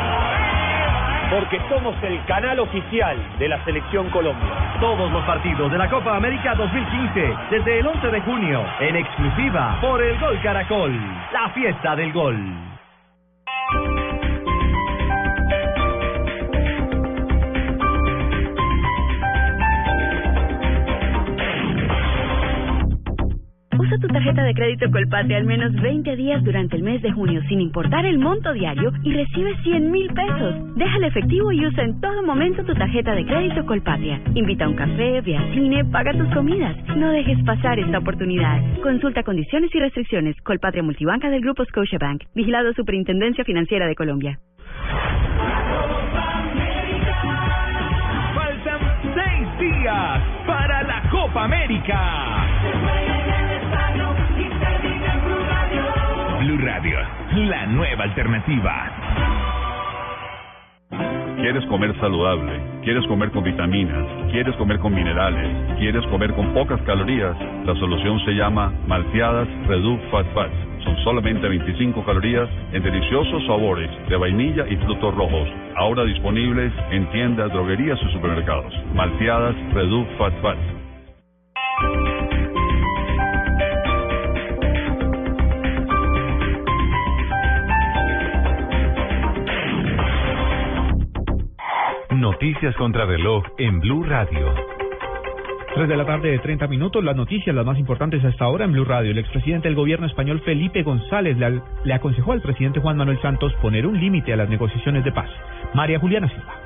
S3: Porque somos el canal oficial de la Selección Colombia.
S44: Todos los partidos de la Copa América 2015, desde el 11 de junio, en exclusiva por el Gol Caracol, la fiesta del gol.
S17: Usa tu tarjeta de crédito Colpatria al menos 20 días durante el mes de junio sin importar el monto diario y recibe 100 mil pesos. Deja el efectivo y usa en todo momento tu tarjeta de crédito Colpatria. Invita a un café, ve a cine, paga tus comidas. No dejes pasar esta oportunidad. Consulta condiciones y restricciones. Colpatria Multibanca del Grupo Scotiabank. Vigilado Superintendencia Financiera de Colombia.
S3: Faltan seis días para la Copa América.
S45: Blue Radio, la nueva alternativa.
S46: ¿Quieres comer saludable? ¿Quieres comer con vitaminas? ¿Quieres comer con minerales? ¿Quieres comer con pocas calorías? La solución se llama Malteadas Reduc Fat Fats. Son solamente 25 calorías en deliciosos sabores de vainilla y frutos rojos. Ahora disponibles en tiendas, droguerías y supermercados. Malteadas Reduc Fat Fats.
S1: Noticias contra reloj en Blue Radio.
S47: 3 de la tarde de 30 minutos, las noticias las más importantes hasta ahora en Blue Radio. El expresidente del gobierno español Felipe González le, le aconsejó al presidente Juan Manuel Santos poner un límite a las negociaciones de paz. María Juliana Silva.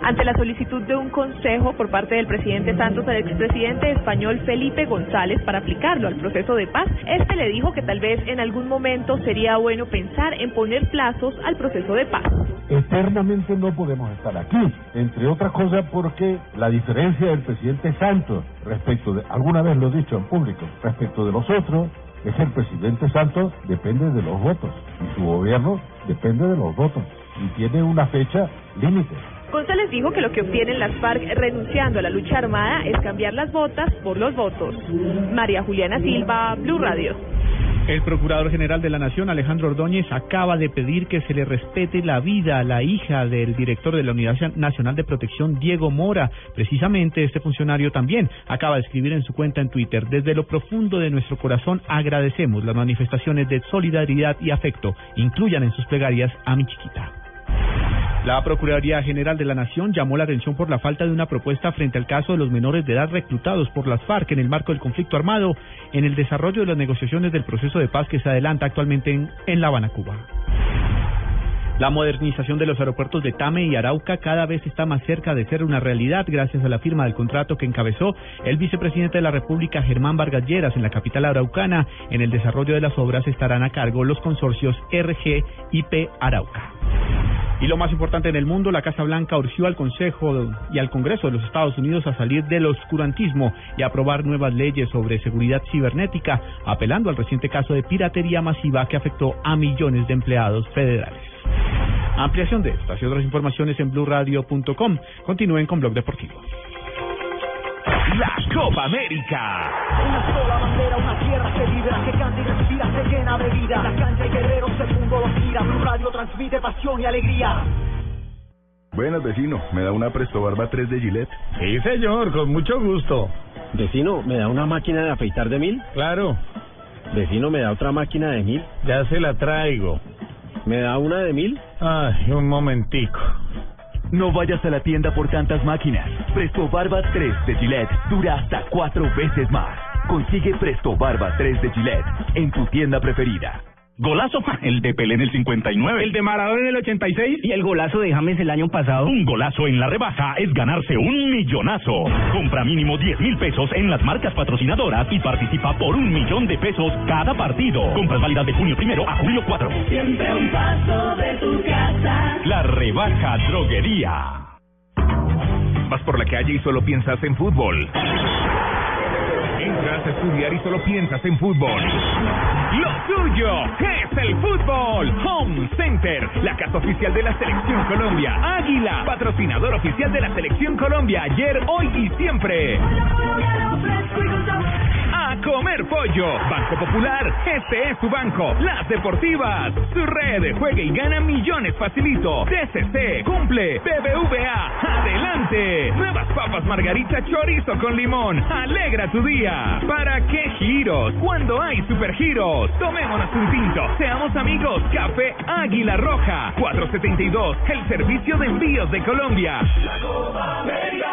S18: Ante la solicitud de un consejo por parte del presidente Santos al expresidente español Felipe González para aplicarlo al proceso de paz, este le dijo que tal vez en algún momento sería bueno pensar en poner plazos al proceso de paz.
S48: Eternamente no podemos estar aquí, entre otras cosas porque la diferencia del presidente Santos respecto de, alguna vez lo he dicho en público, respecto de los otros, es que el presidente Santos depende de los votos y su gobierno depende de los votos y tiene una fecha límite.
S18: González dijo que lo que obtienen las FARC renunciando a la lucha armada es cambiar las botas por los votos. María Juliana Silva, Blue Radio.
S47: El Procurador General de la Nación, Alejandro Ordóñez, acaba de pedir que se le respete la vida a la hija del director de la Unidad Nacional de Protección, Diego Mora. Precisamente este funcionario también acaba de escribir en su cuenta en Twitter, desde lo profundo de nuestro corazón agradecemos las manifestaciones de solidaridad y afecto. Incluyan en sus plegarias a mi chiquita. La Procuraduría General de la Nación llamó la atención por la falta de una propuesta frente al caso de los menores de edad reclutados por las FARC en el marco del conflicto armado en el desarrollo de las negociaciones del proceso de paz que se adelanta actualmente en, en La Habana, Cuba. La modernización de los aeropuertos de Tame y Arauca cada vez está más cerca de ser una realidad gracias a la firma del contrato que encabezó el vicepresidente de la República Germán Vargas Lleras en la capital araucana. En el desarrollo de las obras estarán a cargo los consorcios RG y P Arauca. Y lo más importante en el mundo, la Casa Blanca urgió al Consejo y al Congreso de los Estados Unidos a salir del oscurantismo y aprobar nuevas leyes sobre seguridad cibernética, apelando al reciente caso de piratería masiva que afectó a millones de empleados federales. Ampliación de estas y otras informaciones en blurradio.com. Continúen con Blog Deportivo.
S3: La Copa América.
S8: Una sola bandera, una tierra que vibra, que canta y respira, se llena de vida. La cancha y guerreros, el mundo los gira. Blue Radio transmite pasión y alegría.
S13: Buenas, vecino. ¿Me da una Presto Barba 3 de Gillette?
S49: Sí, señor, con mucho gusto.
S50: Vecino, ¿me da una máquina de afeitar de mil?
S49: Claro.
S50: Vecino, ¿me da otra máquina de mil?
S49: Ya se la traigo.
S50: ¿Me da una de mil?
S49: Ay, un momentico.
S3: No vayas a la tienda por tantas máquinas. Presto Barba 3 de Gillette dura hasta cuatro veces más. Consigue Presto Barba 3 de Gillette en tu tienda preferida.
S13: Golazo, el de Pelé en el 59,
S51: el de Maradona en el 86
S8: y el golazo de James el año pasado.
S13: Un golazo en la rebaja es ganarse un millonazo. Compra mínimo 10 mil pesos en las marcas patrocinadoras y participa por un millón de pesos cada partido. Compras válidas de junio primero a julio 4.
S7: Siempre un paso de tu casa.
S13: La rebaja droguería. Vas por la calle y solo piensas en fútbol. Entras a estudiar y solo piensas en fútbol. Lo tuyo es el fútbol. Home Center, la casa oficial de la Selección Colombia. Águila, patrocinador oficial de la Selección Colombia ayer, hoy y siempre. A comer pollo. Banco Popular, este es su banco. Las Deportivas, su red, juega y gana millones facilito. TCC, cumple. BBVA, adelante. Nuevas papas margarita chorizo con limón. Alegra tu día. ¿Para qué giros? Cuando hay supergiros. Tomémonos un tinto. Seamos amigos. Café Águila Roja. 472, el servicio de envíos de Colombia.
S37: La Copa América.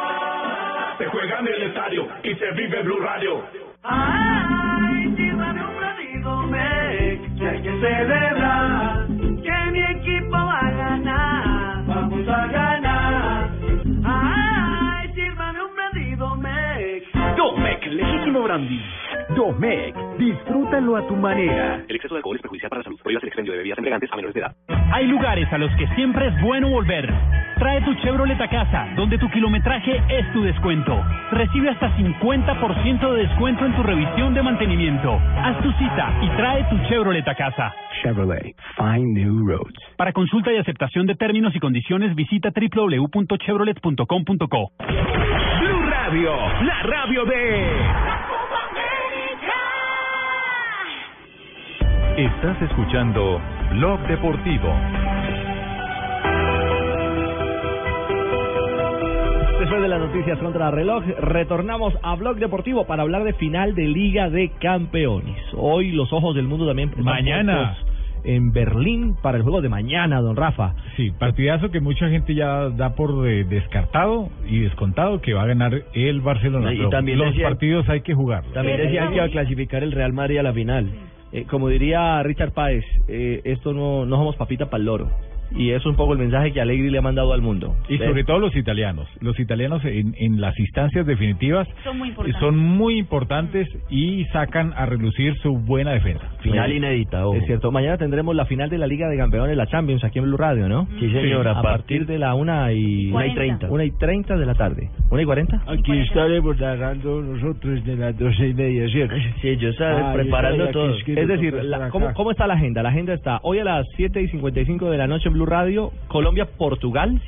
S37: Se juega en el estadio y se vive Blue Radio.
S7: Ay, si un perdido me, que hay que celebrar, que mi equipo va a ganar, vamos a ganar. Ay, si un perdido me.
S13: Domec, legítimo brandy. Domec, disfrútalo a tu manera.
S52: El exceso de alcohol es perjudicial para la salud. Prohíbas el expendio de bebidas embriagantes a menores de edad.
S29: Hay lugares a los que siempre es bueno volver. Trae tu Chevrolet a casa, donde tu kilometraje es tu descuento. Recibe hasta 50% de descuento en tu revisión de mantenimiento. Haz tu cita y trae tu Chevrolet a casa.
S53: Chevrolet, find new roads.
S29: Para consulta y aceptación de términos y condiciones, visita www.chevrolet.com.co.
S13: Blue Radio, la radio de.
S1: Estás escuchando Blog Deportivo.
S7: Después de las noticias contra reloj, retornamos a Blog Deportivo para hablar de final de Liga de Campeones. Hoy los ojos del mundo también.
S5: Mañana.
S7: En Berlín para el juego de mañana, don Rafa.
S5: Sí, partidazo que mucha gente ya da por eh, descartado y descontado que va a ganar el Barcelona.
S7: Y también
S5: los
S7: decía-
S5: partidos hay que jugarlos.
S7: También decían que iba a clasificar el Real Madrid a la final. Eh, como diría Richard Páez, eh, esto no, no somos papita para el loro. Y eso es un poco el mensaje que Alegri le ha mandado al mundo.
S5: Y
S7: ¿Ves?
S5: sobre todo los italianos. Los italianos en, en las instancias definitivas
S8: Son muy
S5: eh, son muy importantes y sacan a relucir su buena defensa.
S7: Final inédita. Es cierto. Mañana tendremos la final de la Liga de Campeones, la Champions, aquí en Blue Radio, ¿no?
S8: Sí, señor,
S7: A
S8: a
S7: partir de la 1 y...
S8: Una y treinta.
S7: 1 y 30 de la tarde. ¿1 y 40?
S52: Aquí estaremos narrando nosotros de las doce y media, ¿cierto?
S7: Sí, yo sabe, preparando todo. Es decir, la- ¿cómo, ¿cómo está la agenda? La agenda está hoy a las 7 y 55 de la noche en Blue Radio, Colombia-Portugal.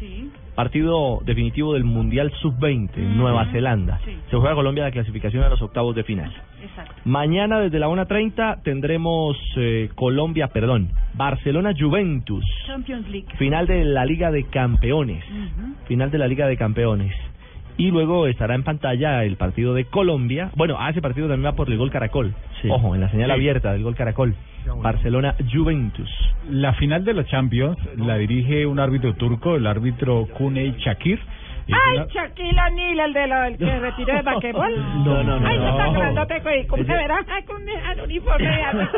S7: Partido definitivo del Mundial Sub-20, Nueva Zelanda. Se juega Colombia la clasificación a los octavos de final.
S8: Exacto.
S7: Mañana desde la 1.30 tendremos eh, Colombia, perdón, Barcelona-Juventus.
S8: Champions League.
S7: Final de la Liga de Campeones. Final de la Liga de Campeones. Y luego estará en pantalla el partido de Colombia. Bueno, a ese partido también va por el gol Caracol. Ojo, en la señal
S5: Sí.
S7: abierta del gol Caracol. Barcelona Juventus.
S5: La final de la Champions la dirige un árbitro turco, el árbitro Kuney Shakir. Es
S20: Ay,
S5: una-
S20: Shaquille O'Neal, el de lo, el que retiró de basquetbol.
S5: No, no, no,
S20: Ay, no tan
S5: no.
S20: grandote, güey. ¿Cómo se
S5: Ese-
S20: verá? Ay, con el uniforme de atrás.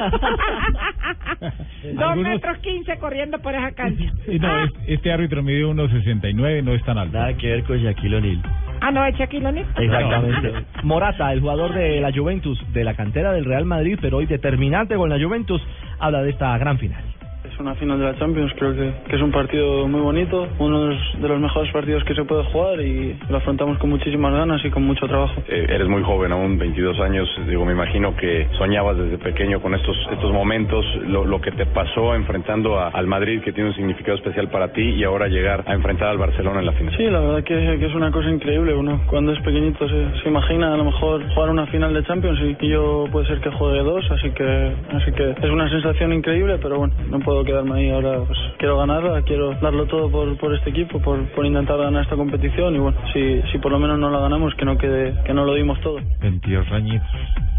S20: Dos
S5: Algunos-
S20: metros quince corriendo por esa cancha.
S5: Eh, no, es- este árbitro mide 1.69, no es tan alto. Nada
S7: que ver con Shaquille O'Neal.
S20: Ah, no, es Shaquille O'Neal.
S7: Exactamente. Morata, el jugador de la Juventus, de la cantera del Real Madrid, pero hoy determinante con la Juventus, habla de esta gran final.
S54: Es una final de la Champions, creo que, que es un partido muy bonito, uno de los, de los mejores partidos que se puede jugar y lo afrontamos con muchísimas ganas y con mucho trabajo.
S52: Eh, eres muy joven aún, 22 años, digo, me imagino que soñabas desde pequeño con estos estos momentos, lo, lo que te pasó enfrentando a- al Madrid, que tiene un significado especial para ti, y ahora llegar a enfrentar al Barcelona en la final.
S54: Sí, la verdad que, que es una cosa increíble. Uno cuando es pequeñito se, se imagina a lo mejor jugar una final de Champions y- y yo puede ser que juegue dos, así que así que es una sensación increíble, pero bueno, no puedo quedarme ahí ahora. Pues, quiero ganarla, quiero darlo todo por, por este equipo, por, por intentar ganar esta competición y bueno, si, si por lo menos no la ganamos, que no quede, que no lo dimos todo.
S5: 22 añitos.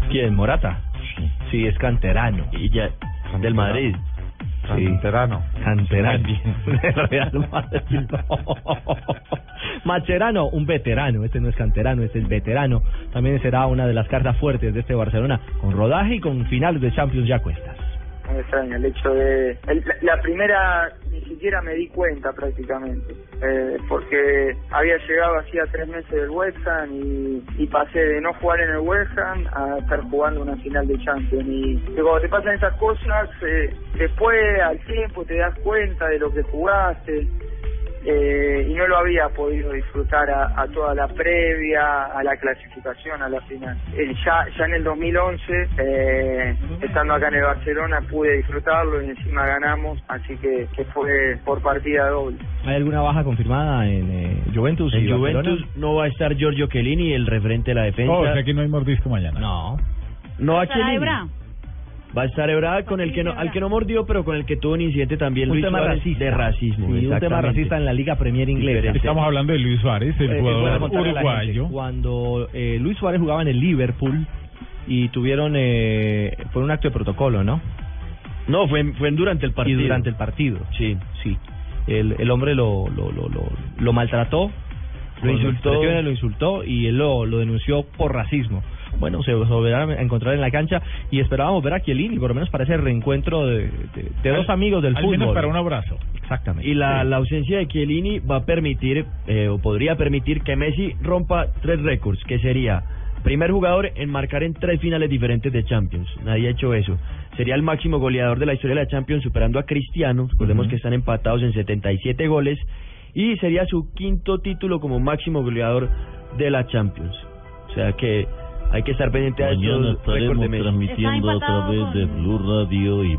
S7: ¿Quién? ¿Morata? Sí, es canterano. Y ya, del Madrid.
S24: Canterano.
S7: Canterano. Real Madrid. Macherano, un veterano. Este no es canterano, este es veterano. También será una de las cartas fuertes de este Barcelona, con rodaje y con finales de Champions ya cuestas.
S8: Me extraña el hecho de... el- la- la primera ni siquiera me di cuenta prácticamente, eh, porque había llegado hacía tres meses del West Ham y, y pasé de no jugar en el West Ham a estar jugando una final de Champions. Y, que cuando te pasan esas cosas, eh, después al tiempo te das cuenta de lo que jugaste. eh, y no lo había podido disfrutar a, a toda la previa, a la clasificación, a la final. Eh, ya, ya en el 2011, eh, estando acá en el Barcelona, pude disfrutarlo y encima ganamos, así que, que fue por partida doble.
S7: ¿Hay alguna baja confirmada en eh, Juventus? y
S5: En
S7: Barcelona?
S5: Juventus no va a estar Giorgio Chiellini, el referente de la defensa.
S7: No, o sea
S5: Oh, que no hay mordisco mañana. No. No a
S8: Sara
S5: Chiellini.
S8: Ebra.
S5: Va a estar Ebra con el que no, al que no mordió, pero con el que tuvo un incidente también
S7: Un
S5: Luis
S7: tema
S5: Suárez,
S7: racista.
S5: de racismo.
S7: Sí, un tema
S5: exactamente.
S7: racista en la Liga Premier Inglesa.
S5: Diferente. Estamos
S3: hablando de Luis Suárez, el
S7: Eh, voy a
S3: jugador
S7: contarle a la
S3: uruguayo.
S7: gente. Cuando eh, Luis Suárez jugaba en el Liverpool y tuvieron. Eh, fue un acto de protocolo, ¿no?
S5: No, fue, en- fue en durante el partido.
S7: Y durante el partido.
S5: Sí.
S7: Sí. El, el hombre lo, lo, lo, lo, lo maltrató,
S5: Lo
S7: lo
S5: insultó.
S7: insultó, lo insultó y él lo, lo denunció por racismo. Bueno, se volverán a encontrar en la cancha y esperábamos ver a Chiellini, por lo menos para ese reencuentro de, de- de dos amigos del
S3: Al
S7: fútbol.
S3: menos para un abrazo.
S7: Exactamente.
S5: Y la,
S7: Sí.
S5: la ausencia de Chiellini va a permitir, eh, o podría permitir, que Messi rompa tres récords, que sería primer jugador en marcar en tres finales diferentes de Champions. Nadie ha hecho eso. Sería el máximo goleador de la historia de la Champions, superando a Cristiano. Recordemos que están empatados en 77 goles. Y sería su quinto título como máximo goleador de la Champions. O sea que hay que estar pendiente a
S4: Mañana
S5: estos récords de
S4: estaremos
S5: Messi.
S4: transmitiendo a través de Blue Radio y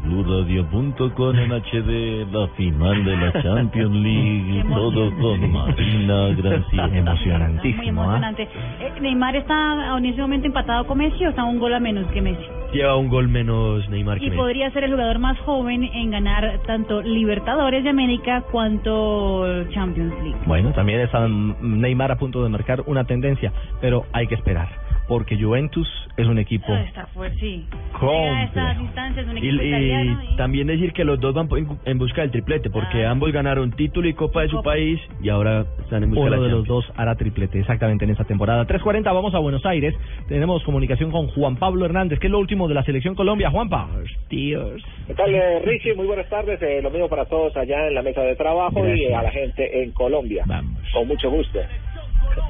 S4: BlueRadio.com en HD la final de la Champions League. todo con Marina Gracia.
S8: Muy
S4: Emocionantísimo.
S8: emocionante. Eh, Neymar está en ese momento empatado con Messi o está a un gol a menos que Messi.
S5: Lleva un gol menos Neymar que
S8: Y
S5: Messi.
S8: podría ser el jugador más joven en ganar tanto Libertadores de América cuanto Champions League.
S7: Bueno, también está Neymar a punto de marcar una tendencia, pero hay que esperar, porque Juventus es un equipo.
S8: Ah, Está fuerte, sí.
S5: Complejo.
S8: Llega a estas distancias, un
S5: Y,
S8: equipo italiano. ¿eh? Ah.
S5: y también decir que los dos van en, en busca del triplete, porque ambos ganaron título y copa de su país y ahora están en busca
S7: Uno
S5: de
S7: de
S5: la
S7: los
S5: Champions.
S7: dos hará triplete, exactamente en esta temporada. 3.40, vamos a Buenos Aires. Tenemos comunicación con Juan Pablo Hernández, que es lo último de la selección Colombia. Juanpa. Tíos.
S55: ¿Qué tal, eh, Richie? Muy buenas tardes. Eh, lo mismo para todos allá en la mesa de trabajo y eh, a la gente en Colombia. Con mucho gusto.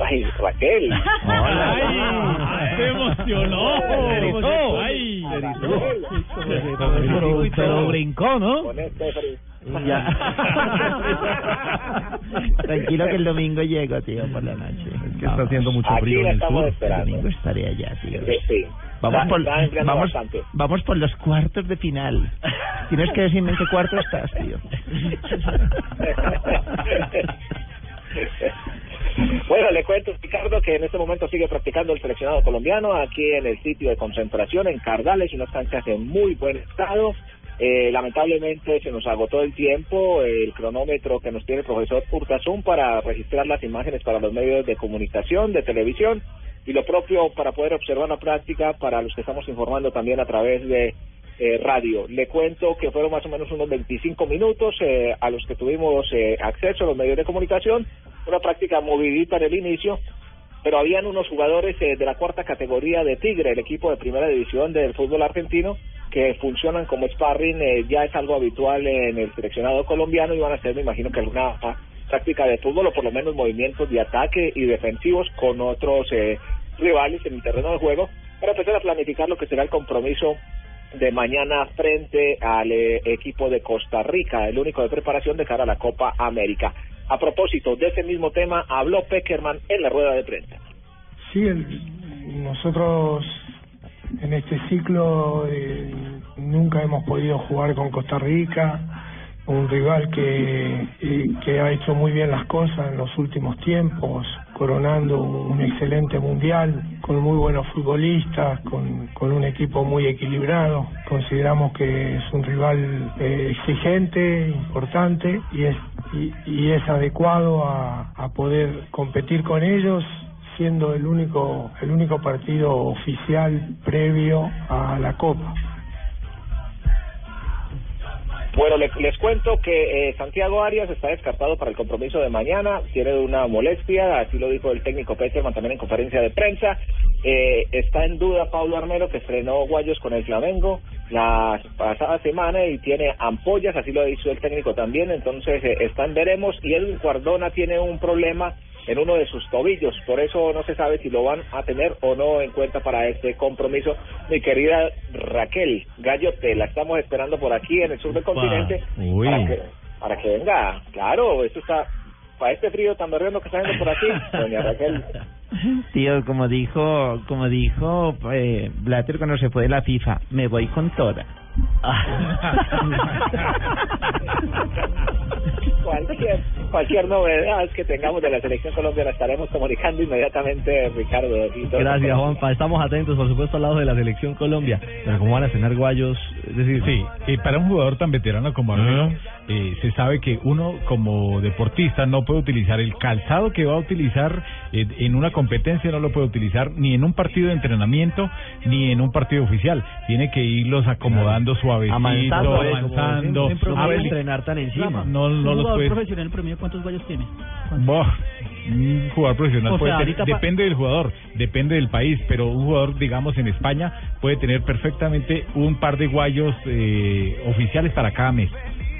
S55: Ay, Raquel.
S56: Ay, se emocionó. Ay,
S5: Pero- pero
S6: brincó, ¿no?
S55: Con este frío.
S6: Tranquilo que el domingo llego, tío, por la noche. Es que
S5: está haciendo mucho
S6: Aquí
S5: frío en
S6: la
S5: el
S6: estamos
S5: sur.
S6: Esperando.
S5: El
S6: domingo estaré allá, tío.
S55: Sí, sí.
S6: Vamos
S55: Está-
S6: por,
S55: está enfriando
S6: vamos,
S55: bastante.
S6: vamos por los cuartos de final. Tienes que decirme en qué cuarto estás, tío.
S55: Bueno, le cuento, Ricardo, que en este momento sigue practicando el seleccionado colombiano aquí en el sitio de concentración en Cardales, unas canchas en muy buen estado. Eh, lamentablemente se nos agotó el tiempo, eh, el cronómetro que nos tiene el profesor Urtasun para registrar las imágenes para los medios de comunicación, de televisión y lo propio para poder observar la práctica para los que estamos informando también a través de eh, radio. Le cuento que fueron más o menos unos 25 minutos eh, a los que tuvimos eh, acceso a los medios de comunicación, una práctica movidita en el inicio, pero habían unos jugadores eh, de la cuarta categoría de Tigre, el equipo de primera división del fútbol argentino, que funcionan como sparring, eh, ya es algo habitual en el seleccionado colombiano y van a hacer, me imagino, que alguna ah, práctica de fútbol o por lo menos movimientos de ataque y defensivos con otros eh, rivales en el terreno de juego para empezar a planificar lo que será el compromiso de mañana frente al eh, equipo de Costa Rica, el único de preparación de cara a la Copa América. A propósito de ese mismo tema, habló Peckerman en la rueda de prensa.
S2: Sí, el- nosotros en este ciclo eh, nunca hemos podido jugar con Costa Rica, un rival que, eh, que ha hecho muy bien las cosas en los últimos tiempos, coronando un excelente mundial, con muy buenos futbolistas, con, con un equipo muy equilibrado. Consideramos que es un rival eh, exigente, importante y es, y, y es adecuado a- a poder competir con ellos siendo el único el único partido oficial previo a la Copa.
S55: Bueno, le- les cuento que eh, Santiago Arias está descartado para el compromiso de mañana. Tiene una molestia, así lo dijo el técnico Peterman también en conferencia de prensa. Eh, está en duda Pablo Armero, que estrenó Guayos con el Flamengo la pasada semana y tiene ampollas, así lo hizo el técnico también. Entonces, eh, están veremos. Y Edwin Guardona tiene un problema en uno de sus tobillos, por eso no se sabe si lo van a tener o no en cuenta para este compromiso. Mi querida Raquel Gallo, te la estamos esperando por aquí en el sur del continente
S57: Uy.
S55: para que, para que venga. Claro, esto está para este frío tan berrendo que está haciendo por aquí, doña Raquel.
S6: Tío, como dijo, como dijo eh, Blatter cuando se fue de la FIFA, me voy con toda.
S55: Cualquier, cualquier novedad que tengamos de la selección colombiana estaremos comunicando inmediatamente, Ricardo. y todo.
S7: Gracias, Juanpa. Estamos atentos, por supuesto, al lado de la selección Colombia. Pero como van a cenar guayos, es decir,
S5: Sí, y para un jugador tan veterano como Armero, eh, se sabe que uno como deportista no puede utilizar el calzado que va a utilizar eh, en una competencia, no lo puede utilizar ni en un partido de entrenamiento ni en un partido oficial. Tiene que irlos acomodando suavecito,
S58: Avanzando,
S5: avanzando,
S58: eh, como dicen, siempre
S5: A
S58: uno
S5: ver,
S58: puede entrenar tan encima.
S5: Rafa, No,
S58: un
S5: no los
S58: jugador
S5: puede.
S58: profesional promedio cuántos guayos tiene?
S5: Boh, Un jugador profesional
S58: O
S5: puede
S58: sea,
S5: tener-
S58: ahorita pa-
S5: depende del jugador, depende del país, pero un jugador, digamos, en España puede tener perfectamente un par de guayos eh, oficiales para cada mes.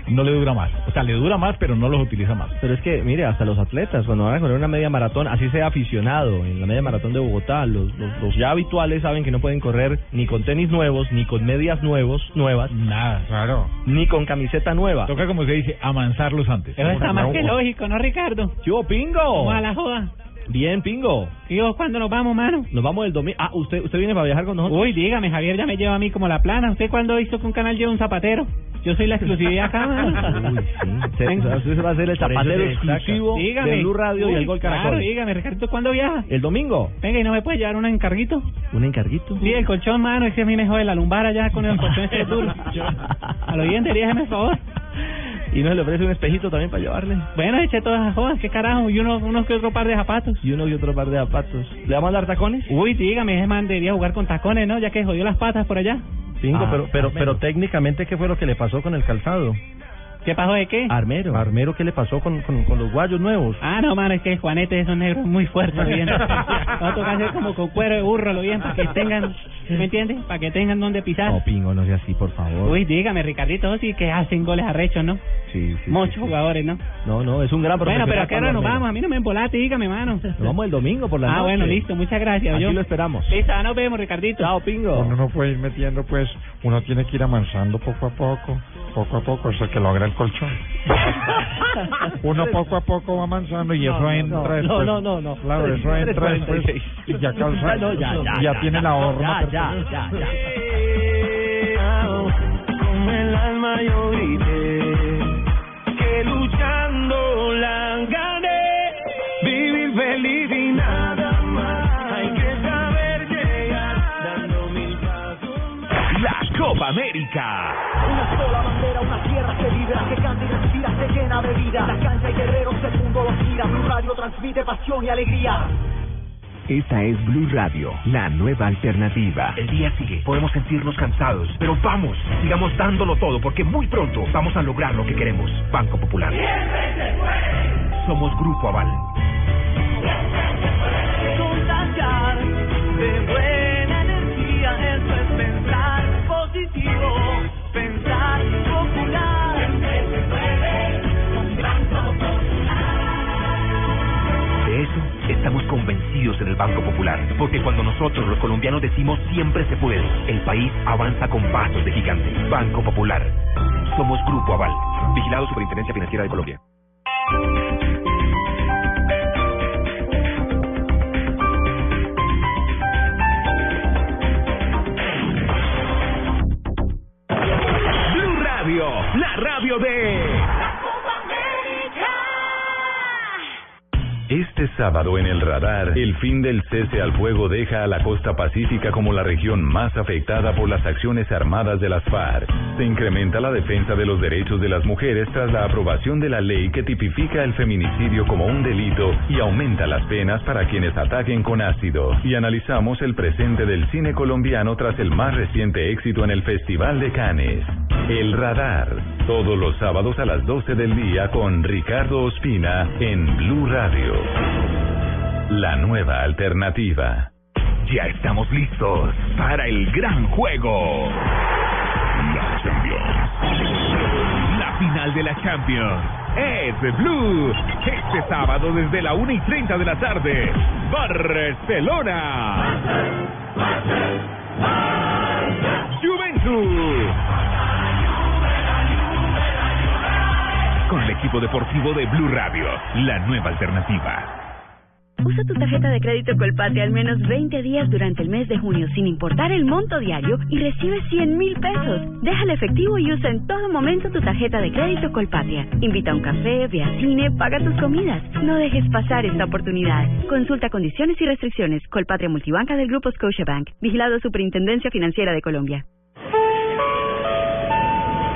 S5: No le dura más. O sea, le dura más, pero no los utiliza más.
S7: Pero es que, mire, hasta los atletas, cuando van a correr una media maratón, así sea aficionado, en la media maratón de Bogotá, los, los, los ya habituales saben que no pueden correr ni con tenis nuevos, ni con medias nuevos, nuevas.
S5: Nada, claro.
S7: Ni con camiseta nueva.
S5: Toca, como se dice, avanzarlos antes.
S59: Eso está más que lógico, ¿no, Ricardo?
S7: Yo, pingo.
S59: Vamos a la joda.
S7: Bien, pingo.
S59: ¿Y vos cuándo nos vamos, mano?
S7: Nos vamos el domingo. Ah, ¿usted usted viene para viajar con nosotros?
S59: Uy, dígame, Javier ya me lleva a mí como la plana. ¿Usted cuándo ha visto que un canal lleva un zapatero? Yo soy la exclusividad acá, mano.
S7: Uy, sí. Se, o sea, usted se va a hacer el
S59: Por eso
S7: zapatero
S59: se destaca.
S7: exclusivo
S59: Dígame.
S7: de Blue Radio y
S59: Uy,
S7: el Gol Caracol.
S59: Claro, dígame, Ricardo, ¿cuándo viaja?
S7: El domingo,
S59: Venga, ¿y no me puede llevar un encarguito?
S7: un encarguito.
S59: Sí, el colchón, mano, es que a mí me jode la lumbar allá con el colchón este duro. Al oyente, dígame, por favor.
S7: Y nos le ofrece un espejito también para llevarle.
S59: Bueno, eché todas las jodas, qué carajo, y uno, unos que otro par de zapatos.
S7: Y uno y otro par de zapatos. ¿Le vamos a dar tacones?
S59: Uy, dígame, ese man debería jugar con tacones, ¿no? Ya que jodió las patas por allá. Ah,
S24: Pingo, pero, pero, pero técnicamente, ¿qué fue lo que le pasó con el calzado?
S59: ¿Qué pasó de qué?
S7: Armero.
S24: Armero, ¿qué le pasó con, con, con los guayos nuevos?
S59: Ah, no, mano, es que Juanete es un negro muy fuerte, lo bien. Va a tocar hacer como con cuero de burro, lo bien, para que tengan, ¿me entiendes? Para que tengan donde pisar.
S24: No, Pingo, no sea así, por favor.
S59: Uy, dígame, Ricardito, sí que hacen goles arrechos, ¿no?
S24: Sí, sí.
S59: Muchos jugadores, ¿no?
S7: No, no, es un gran
S59: Bueno,
S7: profesional.
S59: pero ¿a qué hora
S7: Pablo
S59: nos
S7: Armero.
S59: vamos? A mí no me embolate, dígame, mano.
S7: Nos vamos el domingo por la
S59: ah,
S7: noche.
S59: bueno, listo, muchas gracias.
S7: Aquí
S59: yo.
S7: lo esperamos.
S59: Listo, ah, nos vemos, Ricardito.
S7: Chao, Pingo.
S24: Uno no puede ir metiendo, pues, uno tiene que ir avanzando poco a poco, poco a poco, hasta que logra el colchón. Uno poco a poco va avanzando y
S7: No,
S24: eso
S7: no, no,
S24: entra
S7: no,
S24: después.
S7: no, no, no.
S24: Claro, eso
S7: Tres,
S24: entra
S7: cuarenta y
S24: después
S7: seis.
S24: y ya calza,
S7: Ya, Ah, no, ya, ya, ya,
S24: tiene la
S7: ya,
S24: horma.
S7: ya, ya,
S24: perfecta.
S7: ya, ya.
S8: Con el alma yo grité que luchando la gané. Vivir feliz y nada más. Hay que saber llegar dando mil pasos.
S13: La Copa América.
S8: Una sola bandera, una tierra que vibra, que canta y respira, se llena de vida. La cancha y guerreros, el mundo los gira. Blue Radio transmite pasión y alegría.
S32: Esta es Blue Radio, la nueva alternativa.
S3: El día sigue, podemos sentirnos cansados, pero vamos, sigamos dándolo todo porque muy pronto vamos a lograr lo que queremos. Banco Popular. Somos Grupo Aval.
S8: Contagiar de buena energía, eso es pensar positivo, pensar popular.
S3: De eso estamos convencidos en el Banco Popular, porque cuando nosotros los colombianos decimos siempre se puede, el país avanza con pasos de gigante. Banco Popular. Somos Grupo Aval. Vigilado Superintendencia Financiera de Colombia.
S13: Blue Radio, la radio de.
S1: Este sábado en el radar, el fin del cese al fuego deja a la costa pacífica como la región más afectada por las acciones armadas de las FARC. Se incrementa la defensa de los derechos de las mujeres tras la aprobación de la ley que tipifica el feminicidio como un delito y aumenta las penas para quienes ataquen con ácido. Y analizamos el presente del cine colombiano tras el más reciente éxito en el Festival de Cannes. El radar, todos los sábados a las 12 del día con Ricardo Ospina en Blue Radio. La nueva alternativa.
S60: Ya estamos listos para el gran juego. La Champions.
S13: La final de la Champions es Blue. Este sábado desde la 1 y 30 de la tarde. Barcelona. Juventus. Con el equipo deportivo de Blue Radio. La nueva alternativa.
S17: Usa tu tarjeta de crédito Colpatria al menos 20 días durante el mes de junio sin importar el monto diario y recibe 100 mil pesos. Deja el efectivo y usa en todo momento tu tarjeta de crédito Colpatria. Invita a un café, ve a cine, paga tus comidas. No dejes pasar esta oportunidad. Consulta condiciones y restricciones. Colpatria Multibanca del Grupo Scotiabank. Vigilado Superintendencia Financiera de Colombia.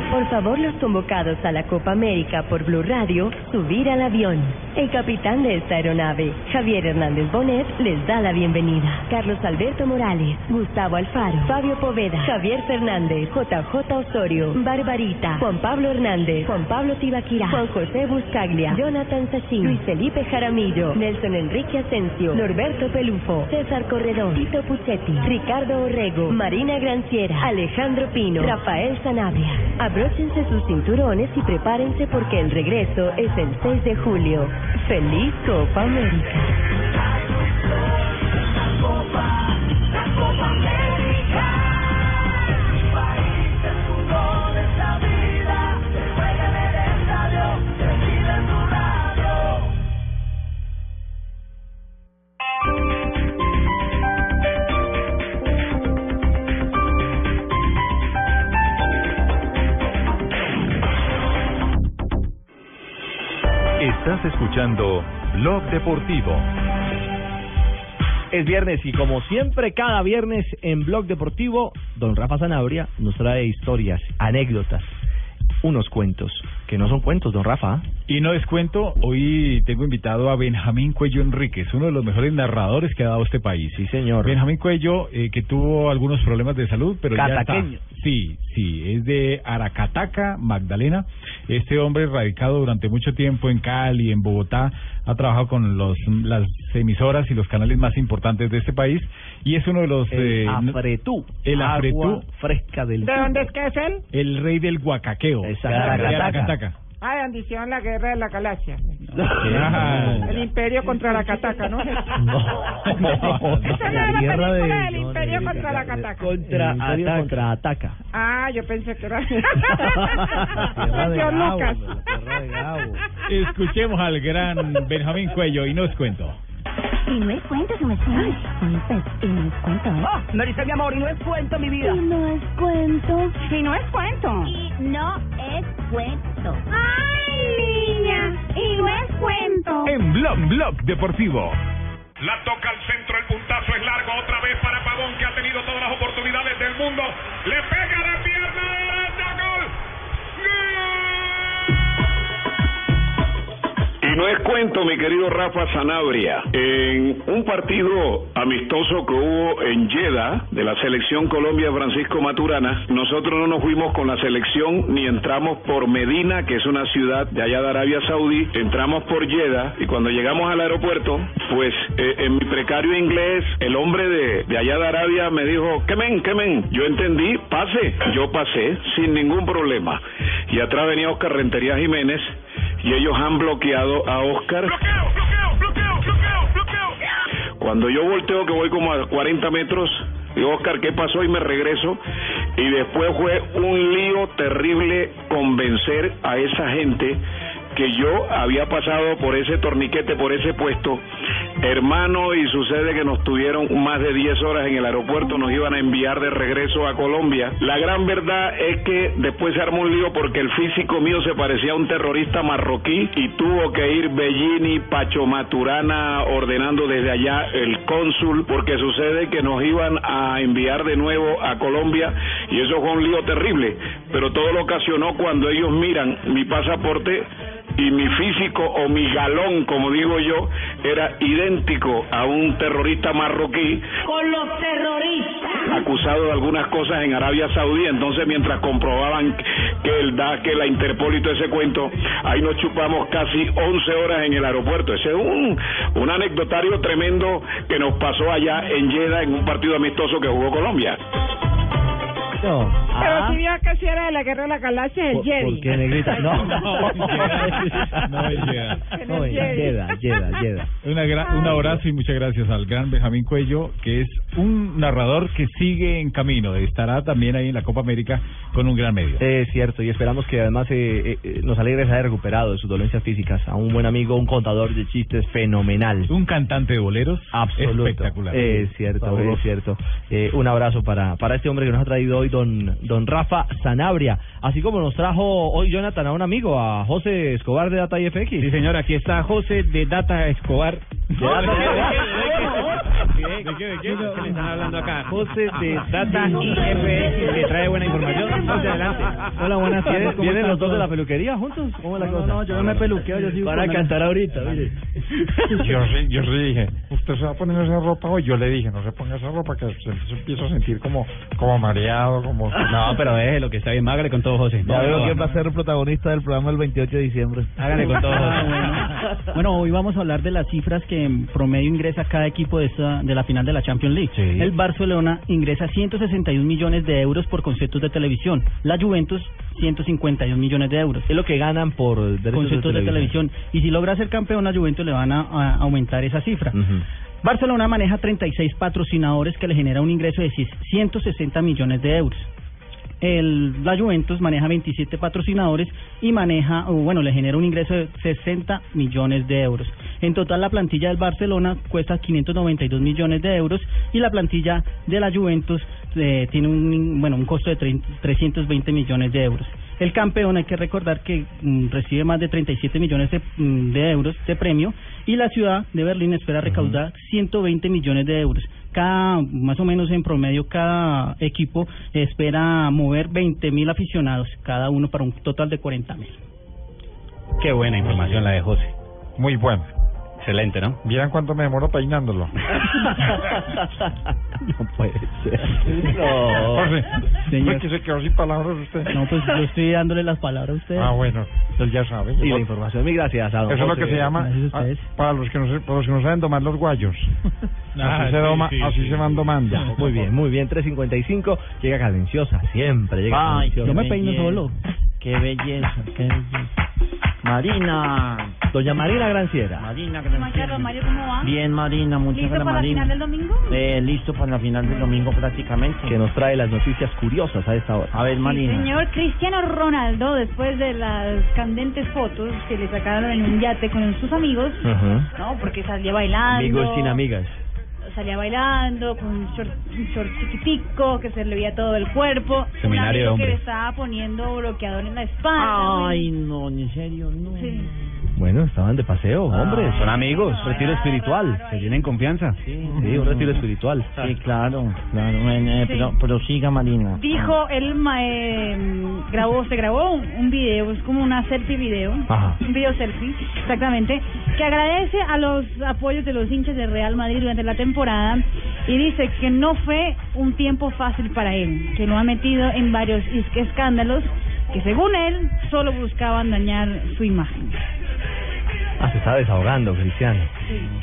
S41: Por favor, los convocados a la Copa América por Blue Radio, subir al avión. El capitán de esta aeronave, Javier Hernández Bonet, les da la bienvenida. Carlos Alberto Morales, Gustavo Alfaro, Fabio Poveda, Javier Fernández, JJ Osorio, Barbarita, Juan Pablo Hernández, Juan Pablo Tibaquirá, Juan José Buscaglia, Jonathan Sachin, Luis Felipe Jaramillo, Nelson Enrique Asensio, Norberto Pelufo, César Corredor, Tito Puchetti, Ricardo Orrego, Marina Granciera, Alejandro Pino, Rafael Sanabria. Abróchense sus cinturones y prepárense porque el regreso es el 6 de julio. ¡Feliz Copa América!
S1: Estás escuchando Blog Deportivo.
S7: Es viernes y como siempre cada viernes en Blog Deportivo, don Rafa Zanabria nos trae historias, anécdotas, unos cuentos, que no son cuentos, don Rafa. ¿ah?
S5: Y no descuento, hoy tengo invitado a Benjamín Cuello Enríquez, uno de los mejores narradores que ha dado este país.
S7: Sí, señor.
S5: Benjamín Cuello, eh, que tuvo algunos problemas de salud, pero ya
S7: Cataqueño.
S5: está. Sí, sí, es de Aracataca, Magdalena. Este hombre radicado durante mucho tiempo en Cali, en Bogotá, ha trabajado con los, las emisoras y los canales más importantes de este país y es uno de los...
S7: El
S5: eh,
S7: Afretú.
S5: El
S7: Agua
S5: Afretú.
S7: fresca del
S20: ¿De dónde es que es él?
S5: El rey del guacaqueo.
S7: Exacto.
S5: De
S7: Aracataca.
S5: Aracataca.
S20: Ah, donde hicieron la guerra de la galaxia.
S5: Ah.
S20: El imperio contra la cataca, ¿no? Esa no era
S7: Guerra
S20: película
S7: de
S20: del imperio contra la cataca.
S7: Contraataca. Contraataca.
S20: Ah, yo pensé que era...
S5: Guerra de
S20: Señor
S5: Gabo,
S20: Lucas.
S5: Escuchemos al gran Benjamín Cuello y no descuento.
S8: Y no es cuento, si me suena. Ay, pues, y no es cuento, ¿eh?
S4: ¡Ah! me dice mi amor, y no es cuento, mi vida.
S8: Y no es cuento.
S4: Y no es cuento.
S8: Y no es cuento.
S4: ¡Ay, niña! Y no es cuento.
S13: En Blog Blog Deportivo.
S37: La toca al centro, el puntazo es largo otra vez para Pavón que ha tenido todas las oportunidades del mundo. Le pega la pierna derecha, gol.
S48: Y no es cuento, mi querido Rafa Sanabria. En un partido amistoso que hubo en Jeddah de la selección Colombia Francisco Maturana, nosotros no nos fuimos con la selección ni entramos por Medina, que es una ciudad de allá de Arabia Saudí, entramos por Jeddah y cuando llegamos al aeropuerto, pues eh, en mi precario inglés, el hombre de, de allá de Arabia me dijo, ¿qué men, qué men? Yo entendí, pase, yo pasé sin ningún problema. Y atrás venía Oscar Rentería Jiménez y ellos han bloqueado a Oscar. Cuando yo volteo, que voy como a 40 metros, digo, Oscar, ¿qué pasó? Y me regreso. Y después fue un lío terrible convencer a esa gente que yo había pasado por ese torniquete, por ese puesto, hermano, y sucede que nos tuvieron más de 10 horas en el aeropuerto, nos iban a enviar de regreso a Colombia. La gran verdad es que después se armó un lío porque el físico mío se parecía a un terrorista marroquí y tuvo que ir Bellini, Pacho Maturana, ordenando desde allá el cónsul, porque sucede que nos iban a enviar de nuevo a Colombia y eso fue un lío terrible, pero todo lo ocasionó cuando ellos miran mi pasaporte y mi físico o mi galón, como digo yo, era idéntico a un terrorista marroquí
S8: Con los terroristas.
S48: acusado de algunas cosas en Arabia Saudí. Entonces, mientras comprobaban que el DAS, que la Interpol y todo ese cuento, ahí nos chupamos casi 11 horas en el aeropuerto. Ese es un, un anecdotario tremendo que nos pasó allá en Jeddah en un partido amistoso que jugó Colombia.
S7: Ah.
S20: Pero si vio que si era de la guerra de la galaxia, el Jedi.
S61: ¿Por qué, negrita? No,
S5: no, no, es Jeddah.
S61: No, es Jeddah, Jeddah, Jeddah.
S5: Una gra- un abrazo y muchas gracias al gran Benjamín Cuello, que es un narrador que sigue en camino. Estará también ahí en la Copa América con un gran medio.
S7: Es cierto, y esperamos que además eh, eh, eh, nos alegre se haya recuperado de sus dolencias físicas. A un buen amigo, un contador de chistes fenomenal.
S5: Un cantante de boleros
S7: Absoluto.
S5: espectacular.
S7: Es cierto,
S5: Fabuloso.
S7: es cierto. Eh, un abrazo para, para este hombre que nos ha traído hoy, don, don Rafa Sanabria. Así como nos trajo hoy Jonathan a un amigo, a José Escobar de Data IFX. Sí,
S3: señor, aquí está José de Data Escobar.
S5: ¿De qué, de
S3: qué? ¿De qué le están hablando acá? Ah, José de Data IFX que trae buena información. José, adelante.
S7: Hola, buenas tardes. ¿Vienen,
S3: ¿cómo están
S7: los dos de la
S3: todos?
S7: peluquería juntos? ¿Cómo es la
S3: No, no,
S7: cosa?
S3: no, yo no me peluqueo, yo sigo
S7: Para
S3: con la-
S7: cantar ahorita, mire.
S24: Yo sí, yo sí dije, ¿usted se va a poner esa ropa hoy? Yo le dije, no se ponga esa ropa que se se empieza a sentir como, como mareado, como...
S3: No, pero déjelo, que está bien. Hágale con todo, José.
S6: Ya veo
S3: No,
S6: quién
S3: no,
S6: va a ser el protagonista del programa el 28 de diciembre.
S3: Hágale con todo.
S6: Ah,
S3: bueno.
S59: Bueno, hoy vamos a hablar de las cifras que en promedio ingresa cada equipo de, esta- de la final de la Champions League. El Barcelona ingresa 161 millones de euros por conceptos de televisión. La Juventus, 151 millones de euros.
S7: Es lo que ganan por derechos
S59: Conceptos de
S7: de
S59: televisión. Y si logra ser campeón, la Juventus le van a, a aumentar esa cifra. Barcelona maneja 36 patrocinadores que le genera un ingreso de 160 millones de euros. El, la Juventus maneja 27 patrocinadores y maneja, o bueno, le genera un ingreso de 60 millones de euros. En total, la plantilla del Barcelona cuesta 592 millones de euros y la plantilla de la Juventus eh, tiene un, bueno, un costo de 30 320 millones de euros. El campeón hay que recordar que mm, recibe más de 37 millones de, mm, de euros de premio y la ciudad de Berlín espera recaudar 120 millones de euros. Cada, más o menos en promedio, cada equipo espera mover 20 mil aficionados, cada uno para un total de 40 mil.
S3: Qué buena información la de José.
S24: Muy buena.
S3: Excelente, ¿no?
S24: Miran cuánto me demoro peinándolo.
S7: No puede ser.
S24: No. Pues
S59: Señor.
S24: que se quedó sin palabras usted.
S59: No, pues yo estoy dándole las palabras a ustedes.
S24: Ah, bueno, él ya sabe.
S7: Y la información, mil gracias a don
S24: Eso es lo
S7: José.
S24: que se llama,
S7: Gracias a
S24: ah,
S7: ustedes.
S24: para los que, no, se- para los que no saben domar los guayos.
S7: Ah,
S24: así se,
S7: sí,
S24: doma,
S7: sí,
S24: así
S7: sí.
S24: se van domando.
S7: Ya, muy bien, muy bien. 3.55, llega cadenciosa, siempre llega
S6: Ay,
S7: cadenciosa.
S6: qué belleza. Qué belleza, qué belleza. Marina.
S7: Doña Marina Granciera.
S6: Marina,
S4: Omar Carlos Mario, ¿cómo va?
S6: Bien, Marina, muchas
S4: ¿Listo
S6: gracias,
S4: para la
S6: Marina.
S4: final del domingo?
S6: Eh, listo para la final del domingo prácticamente.
S7: Que nos trae las noticias curiosas a esta hora.
S4: A ver,
S7: Marina.
S4: Señor Cristiano Ronaldo, después de las candentes fotos que le sacaron en un yate con sus amigos,
S7: Ajá.
S4: ¿no? Porque salía bailando.
S7: Amigos sin amigas.
S4: Salía bailando con un short, un short chiquitico que se le veía todo el cuerpo.
S3: Seminario de
S4: un amigo que le
S3: hombres.
S4: estaba poniendo bloqueador en la espalda.
S6: Ay, no, en serio, no.
S4: Sí.
S7: Bueno, estaban de paseo, hombres.
S3: Son amigos, retiro espiritual. Se tienen confianza.
S7: Sí, un retiro espiritual.
S6: Sí, claro, claro. Bueno, eh,
S4: Sí.
S6: pero, pero siga, Marina.
S4: Dijo, él ma- eh, grabó, se grabó un, un video, es como una selfie video,
S6: Ajá.
S4: un video selfie, exactamente, que agradece a los apoyos de los hinchas de Real Madrid durante la temporada y dice que no fue un tiempo fácil para él, que lo ha metido en varios is- escándalos que según él solo buscaban dañar su imagen.
S7: Ah, se está desahogando, Cristiano.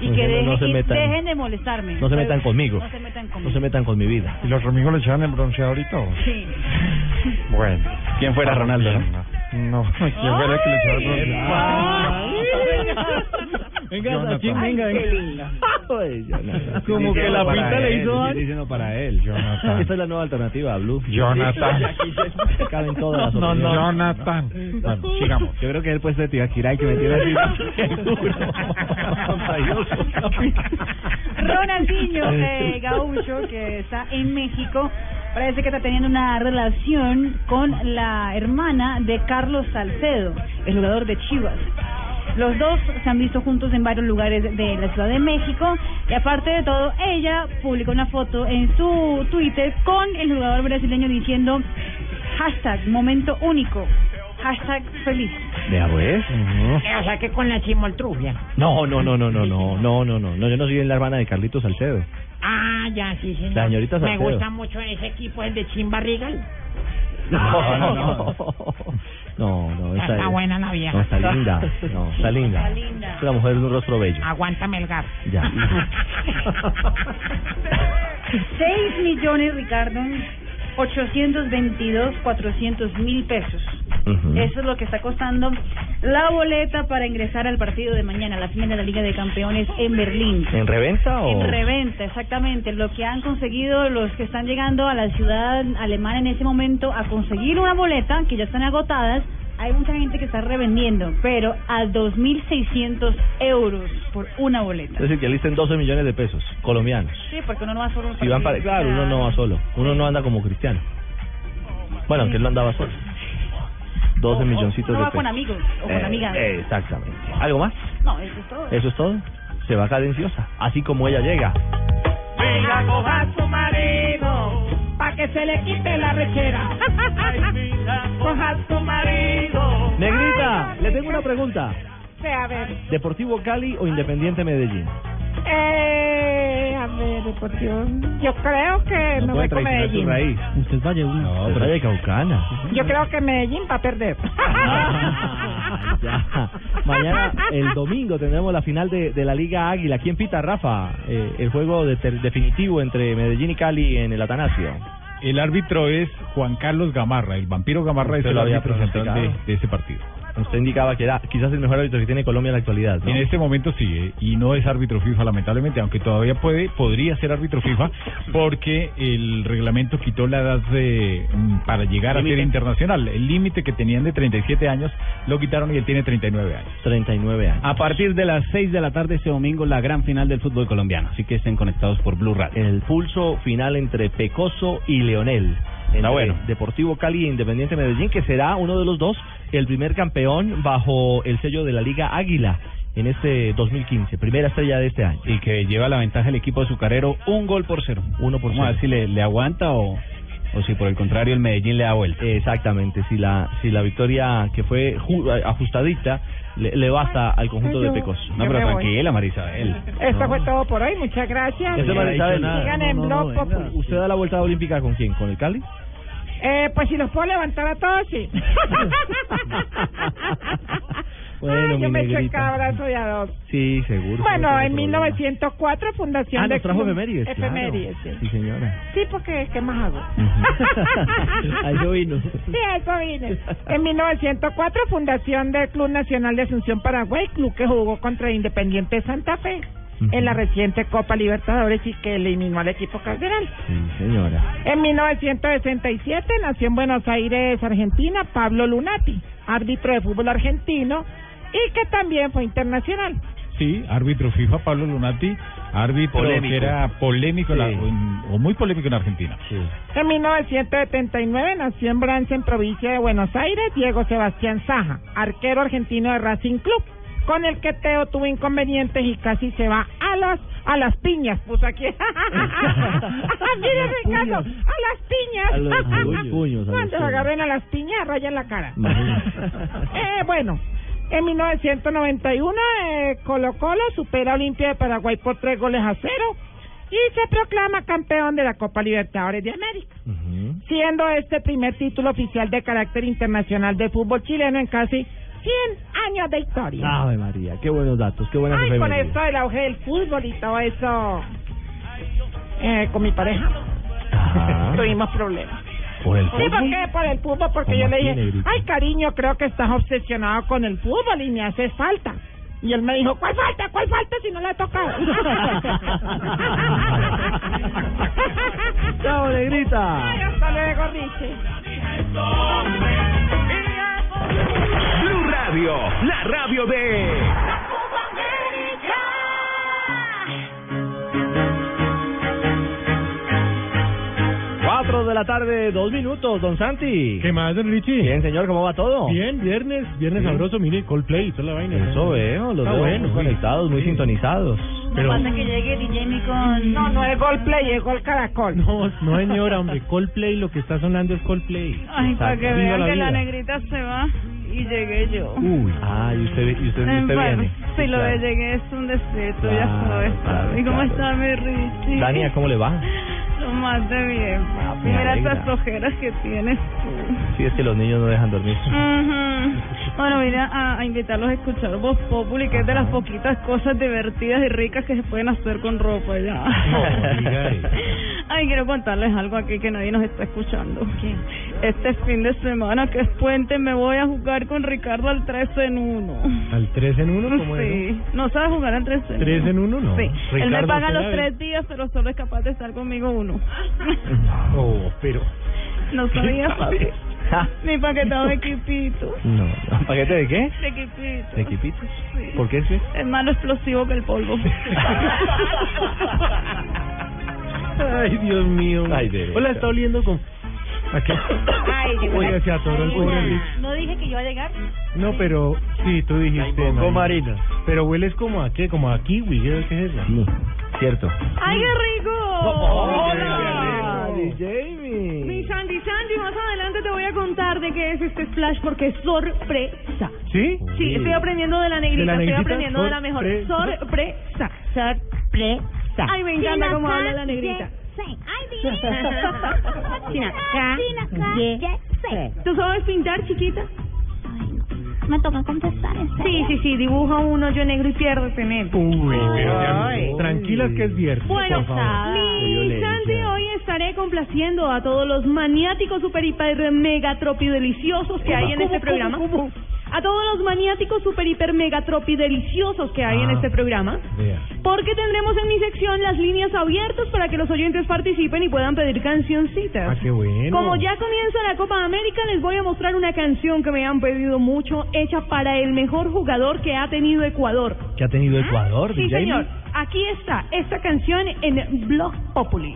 S4: Y
S7: No
S4: que
S7: se- Pues no
S4: dejen,
S7: se
S4: y
S7: metan-
S4: dejen de molestarme.
S7: No se metan conmigo.
S4: No se metan conmigo.
S7: No se metan con mi vida.
S24: ¿Y los amigos le echaban el bronceador y todo?
S4: Sí.
S24: Bueno.
S3: ¿Quién fuera Ronaldo?
S24: No, ¿quién fuera que le echaba el bronceador?
S8: Venga, Sachin, venga, venga.
S5: Como que la pinta le hizo
S8: mal.
S5: Diciendo para él, Jonathan.
S7: Esta es la nueva alternativa, Blue.
S5: Jonathan.
S7: Aquí ya Caben todas las
S5: No, no,
S7: opiniones.
S5: Jonathan. Bueno, sigamos.
S7: Yo creo que él puesto de Tibaquirá y que metiera así.
S4: Ronaldinho eh, Gaucho, que está en México, parece que está teniendo una relación con la hermana de Carlos Salcedo, el jugador de Chivas. Los dos se han visto juntos en varios lugares de la Ciudad de México y aparte de todo, ella publicó una foto en su Twitter con el jugador brasileño diciendo hashtag momento único, hashtag feliz.
S7: Vea pues.
S20: O sea que con la chimoltrufia.
S7: No, no, no, no, no, no, no, no, no. No, yo no soy la hermana de Carlitos Salcedo.
S20: Ah, ya, sí, señor.
S7: La señorita
S20: Me
S7: Salcedo.
S20: gusta mucho ese equipo, el de Chimbarrigal.
S7: No, no, no. No, no,
S20: Está,
S7: esa es-
S20: buena la vieja.
S7: No, está linda. No, está linda.
S20: Está linda.
S7: Es una mujer de un rostro bello.
S20: Aguántame el gas.
S7: Ya.
S4: 6 millones, Ricardo, 822, 400 mil pesos.
S7: Ujú.
S4: Eso es lo que está costando la boleta para ingresar al partido de mañana, la final de la Liga de Campeones en Berlín.
S7: ¿En reventa o...?
S4: En reventa, exactamente. Lo que han conseguido los que están llegando a la ciudad alemana en ese momento a conseguir una boleta, que ya están agotadas, hay mucha gente que está revendiendo, pero a 2.600 euros por una boleta.
S7: Es decir, que alisten 12 millones de pesos colombianos.
S4: Sí, porque uno no va solo. a un
S7: Si van para...
S4: partido.
S7: Claro, uno no va solo. Uno no anda como cristiano. Bueno, aunque él no andaba solo. 12 milloncitos
S4: Uno
S7: de
S4: va
S7: pesos.
S4: con amigos o con
S7: Eh,
S4: amigas.
S7: eh, exactamente. ¿Algo más?
S4: No, eso es todo.
S7: Eso es todo. Se va cadenciosa, así como ella llega.
S20: Venga, coja a su marido, pa' que se le quite la rechera. coja a su marido.
S7: Negrita, le tengo una pregunta.
S20: a ver,
S7: ¿Deportivo Cali o Independiente Medellín?
S20: eh, a ver, deportivo. Yo creo que me voy con Medellín.
S7: Usted es Valle No, pero... Valle Caucana.
S20: Yo creo que Medellín va a perder.
S7: Ah. Ya. Mañana, el domingo, tendremos la final de, de la Liga Águila. ¿Quién pita, Rafa? Eh, el juego de- definitivo entre Medellín y Cali en el Atanasio.
S5: El árbitro es Juan Carlos Gamarra. El vampiro Gamarra es
S7: Usted
S5: el
S7: lo había
S5: árbitro central de,
S7: pronosticado.
S5: de ese partido.
S7: Usted indicaba que era quizás el mejor árbitro que tiene Colombia en la actualidad. ¿no?
S5: En este momento sí, eh, y no es árbitro FIFA, lamentablemente, aunque todavía puede, podría ser árbitro FIFA, porque el reglamento quitó la edad de, mm, para llegar a ser
S7: ¿Límite?
S5: internacional. El límite que tenían de 37 años lo quitaron y él tiene 39 años.
S7: 39 años.
S3: A partir de las 6 de la tarde este domingo, la gran final del fútbol colombiano. Así que estén conectados por Blue Radio.
S7: El pulso final entre Pecoso y Leonel. Entre
S3: bueno.
S7: Deportivo Cali e Independiente Medellín, que será uno de los dos el primer campeón bajo el sello de la Liga Águila en este 2015, primera estrella de este año.
S3: Y que lleva la ventaja el equipo azucarero, un gol por cero.
S7: Uno por
S3: Vamos a
S7: cero.
S3: ver si le, le aguanta o, o si por el contrario el Medellín le da vuelta.
S7: Exactamente, si la si la victoria que fue ju- ajustadita le, le basta al conjunto de
S20: Yo-
S7: Pecoso.
S20: No, yo pero me voy. tranquila,
S7: Marisabel.
S20: Esto fue todo por hoy. Muchas gracias.
S7: Eso no le sabe nada.
S20: Sigan en
S7: No, no,
S20: Blog
S7: no, venga.
S20: Populi.
S7: ¿Usted da la vuelta olímpica con quién? ¿Con el Cali?
S20: Eh, pues si los puedo levantar a todos, sí.
S7: Bueno,
S20: Ay,
S7: mi
S20: yo me echo el
S7: negrita.
S20: cabrazo de a dos.
S7: Sí, seguro.
S20: Bueno, en
S7: 1900
S20: 1904, Fundación
S7: Ah,
S20: de
S7: nos trajo
S20: Club-
S7: efemérides, claro.
S20: efemérides, sí.
S7: Sí, señora.
S20: Sí, porque ¿qué más hago?
S7: A eso vino.
S20: Sí, a eso vine. En 1904, fundación del Club Nacional de Asunción Paraguay, club que jugó contra Independiente Santa Fe en la reciente Copa Libertadores y que eliminó al equipo cardenal.
S7: Sí, señora.
S20: En 1967 nació en Buenos Aires, Argentina, Pablo Lunati, árbitro de fútbol argentino y que también fue internacional.
S5: Sí, árbitro FIFA Pablo Lunati, árbitro
S7: Polémico.
S5: que era polémico en la-
S7: Sí.
S5: en- o muy polémico en Argentina.
S20: En 1979 nació en Branche, en provincia de Buenos Aires, Diego Sebastián Saja, arquero argentino de Racing Club, con el que Teo tuvo inconvenientes y casi se va a las a las piñas, puso aquí. Aquí
S7: A los
S20: es el caso, a
S7: puños.
S20: las piñas.
S7: A los puños, a los
S20: Cuando se
S7: puños.
S20: agarren a las piñas, rayan la cara.
S7: Imagínese.
S20: Eh, bueno, en 1991 eh, Colo Colo supera a Olimpia de Paraguay por tres goles a cero y se proclama campeón de la Copa Libertadores de América, siendo este primer título oficial de carácter internacional de fútbol chileno en casi 100 años de historia.
S7: Ave María, qué buenos datos, qué buenas
S20: Ay, con
S7: efemérides.
S20: esto del auge del fútbol y todo eso, eh, con mi pareja
S7: Ajá.
S20: tuvimos problemas.
S7: Por el
S20: Sí, ¿por
S7: fútbol.
S20: qué? Por el fútbol, porque
S7: ¿Cómo
S20: yo le
S7: así,
S20: dije,
S7: negrito?
S20: ay cariño, creo que estás obsesionado con el fútbol y me haces falta. Y él me dijo, ¿cuál falta? ¿Cuál falta si no la he tocado?
S8: Chao,
S20: negrita. Hasta luego, Richie.
S5: Blue Radio, la radio de
S7: Cuatro de la tarde, dos minutos, don Santi.
S3: ¿Qué más, don Richie?
S7: Bien, señor, ¿cómo va todo?
S3: Bien, viernes, viernes
S7: Bien.
S3: sabroso, mire, Coldplay y toda la vaina.
S7: Eso veo, los
S3: Está
S7: veo
S3: bueno,
S7: muy
S3: sí.
S7: conectados, muy sintonizados.
S62: No pasa que llegue DJ mi con...
S20: No, no es Coldplay, es Gol Caracol.
S3: No, no señora, hombre, Coldplay, lo que está sonando es Coldplay.
S62: Ay, para que
S3: Viva
S62: vean
S3: la
S62: que la
S3: vida.
S62: negrita se va y llegué yo.
S7: Uy, ah, y usted, y usted, y usted
S62: Bueno,
S7: viene.
S62: Si
S7: Sí,
S62: lo
S7: claro.
S62: de llegué es un desierto,
S7: Claro,
S62: ya sabes.
S7: claro,
S62: ¿Y cómo
S7: claro.
S62: está mi Richie?
S7: Dania, ¿cómo le va?
S62: Lo más de bien, papi.
S7: me
S62: Mira
S7: alegra.
S62: esas ojeras que tienes tú.
S7: Sí, es que los niños no dejan dormir.
S62: Ujú. Bueno, vine a, a invitarlos a escuchar Voz Populi, que es de las poquitas cosas divertidas y ricas que se pueden hacer con ropa ya. Ay, quiero contarles algo aquí que nadie nos está escuchando. Este fin de semana, que es puente, me voy a jugar con Ricardo al 3 en 1.
S3: ¿Al 3 en 1? ¿Cómo
S62: Sí, no sabe jugar al 3 en 1.
S3: ¿Tres en uno? No.
S62: Sí, él me
S3: Ricardo,
S62: paga
S3: ¿usted
S62: los
S3: sabe?
S62: tres días, pero solo es capaz de estar conmigo uno.
S3: es? No, Oh, pero...
S62: No sabía, papi. Mi paquetado de equipitos.
S7: No, no. ¿Paquete de qué?
S62: De equipitos.
S7: ¿De equipitos?
S62: Sí.
S7: ¿Por qué sí?
S62: Es más lo explosivo que el polvo.
S3: Ay, Dios mío. Ay, Hola, está oliendo con... ¿A qué?
S62: Ay,
S3: llegó Oiga, la- se atoró el pobre Luis.
S62: No dije que iba a llegar.
S3: No, pero sí, tú dijiste.
S7: Con
S3: Marina. Pero hueles como a qué, como a kiwi, ¿qué qué es eso? Sí,
S7: cierto.
S62: ¡Ay, qué rico!
S8: ¡Hola!
S62: Mi Sandy, Sandy, más adelante te voy a contar de qué es este splash porque es sorpresa.
S3: ¿Sí?
S62: Sí, estoy aprendiendo de la negrita,
S3: ¿De la negrita?
S62: estoy aprendiendo de la mejor.
S3: Sorpresa.
S62: Sorpresa.
S3: Sorpresa.
S62: Ay, me encanta cómo habla la negrita.
S25: Ay,
S62: Sinacá, ¿Tú sabes pintar, chiquita?
S25: Me toca contestar.
S62: Sí, sí, sí, dibuja un hoyo negro y pierdes en él.
S3: Uy, pero ya- tranquilas que es viernes.
S62: Bueno,
S3: por favor.
S62: mi Sandy, hoy estaré complaciendo a todos los maniáticos super hiper mega tropi deliciosos que hay en
S25: ¿Cómo,
S62: este
S25: cómo,
S62: programa. A todos los maniáticos super hiper mega tropi deliciosos que hay en
S25: Ah.
S62: este programa. Porque tendremos en mi sección las líneas abiertas para que los oyentes participen y puedan pedir cancioncitas.
S3: Ah, qué bueno.
S62: Como ya comienza la Copa América, les voy a mostrar una canción que me han pedido mucho, hecha para el mejor jugador que ha tenido Ecuador.
S7: ¿Qué ha tenido
S20: Ah,
S7: Ecuador,
S62: Sí,
S7: DJ?
S62: señor. Aquí está esta canción en Blog Populi.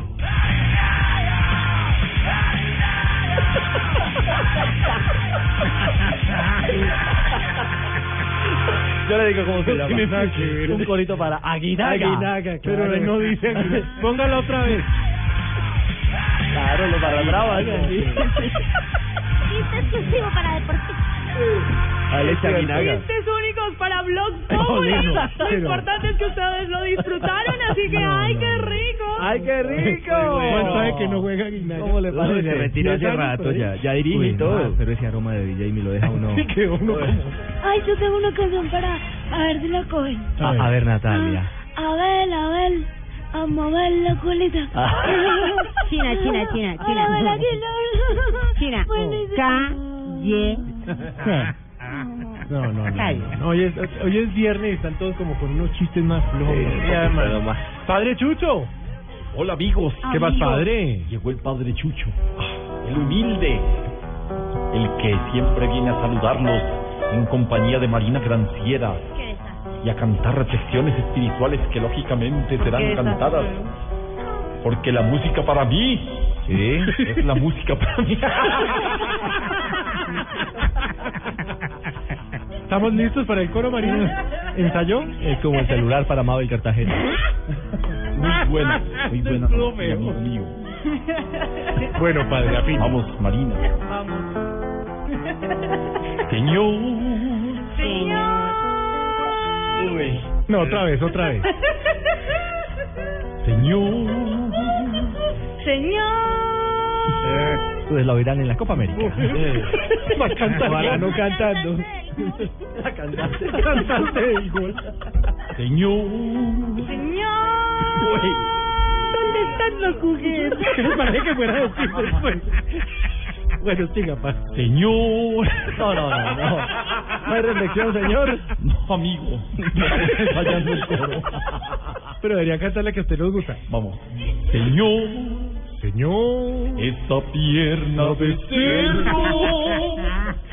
S7: Yo le digo cómo se
S3: No tiene
S7: llama.
S3: nada que ver.
S7: Un corito para Aguinaga.
S3: Aguinaga, claro. Pero no dice Aguinaga. Póngala otra vez.
S7: Claro, lo para brava. ¿sí?
S25: Chiste exclusivo para deportistas.
S7: Ahí está Aguinaga.
S62: Chistes únicos para Blog Populi.
S7: No, no, no,
S62: Lo
S7: pero-
S62: importante es que ustedes lo disfrutaron, así que ¡ay, qué rico!
S7: ¡Ay, qué rico! eh.
S3: Bueno, sabe que no juega Aguinaga. ¿Cómo le
S7: Uy, se retiró hace rato
S3: ¿eh?
S7: ya, ya dirige y todo. pero ese aroma de DJ me lo deja uno.
S3: Sí, que uno.
S25: Ay, yo tengo una canción para. A ver si la cogen.
S7: A, a ver, Natalia.
S25: Abel, Abel, a mover la colita.
S7: Ah.
S10: China, China, China, China.
S25: Hola, hola, China.
S10: China.
S25: Bueno, y-
S10: Calle.
S3: No, no, no, no. no. Hoy es, hoy es viernes y están todos como con unos chistes más flojos. Ya, hermano. Padre Chucho.
S37: Hola amigos,
S3: ¿Qué más, padre?
S37: Llegó el padre Chucho, ah, el humilde, el que siempre viene a saludarnos en compañía de Marina Granciera y a cantar reflexiones espirituales que lógicamente serán cantadas porque la música para mí es la música para mí.
S3: ¿Estamos listos para el coro, Marina? ¿Ensayó?
S7: Es como el celular para Mabel Cartagena.
S37: Muy buena, muy buena. mi amigo mío.
S3: Bueno, padre, a fin.
S37: Vamos, Marina. Señor. Uy.
S3: No, otra vez, otra vez.
S37: Señor.
S62: Señor.
S7: Pues la oirán en la Copa América.
S3: Eh.
S7: Eh.
S3: Va cantando.
S7: Ojalá no
S3: cantando.
S7: La cantante.
S3: Cantante del gol.
S37: Señor.
S62: Señor. ¿Dónde están los juguetes?
S3: Parece que fuera a decir después. Bueno, siga, padre.
S37: Señor.
S7: No, no, no, no. No hay reflexión, señor.
S37: amigo.
S3: Fallando el coro. Pero debería cantarla que a usted le gusta.
S37: Vamos. Señor, señor, esta pierna de
S3: pues,
S37: cerdo,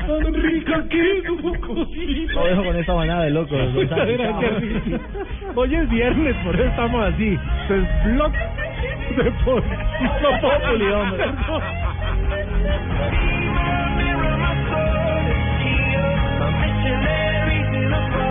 S37: tan rica que
S7: Lo dejo con esta manada de locos.
S3: Muchas gracias. Hoy es viernes, por eso estamos así. Se es blog de por... No puedo, hombre.
S8: Missionary in the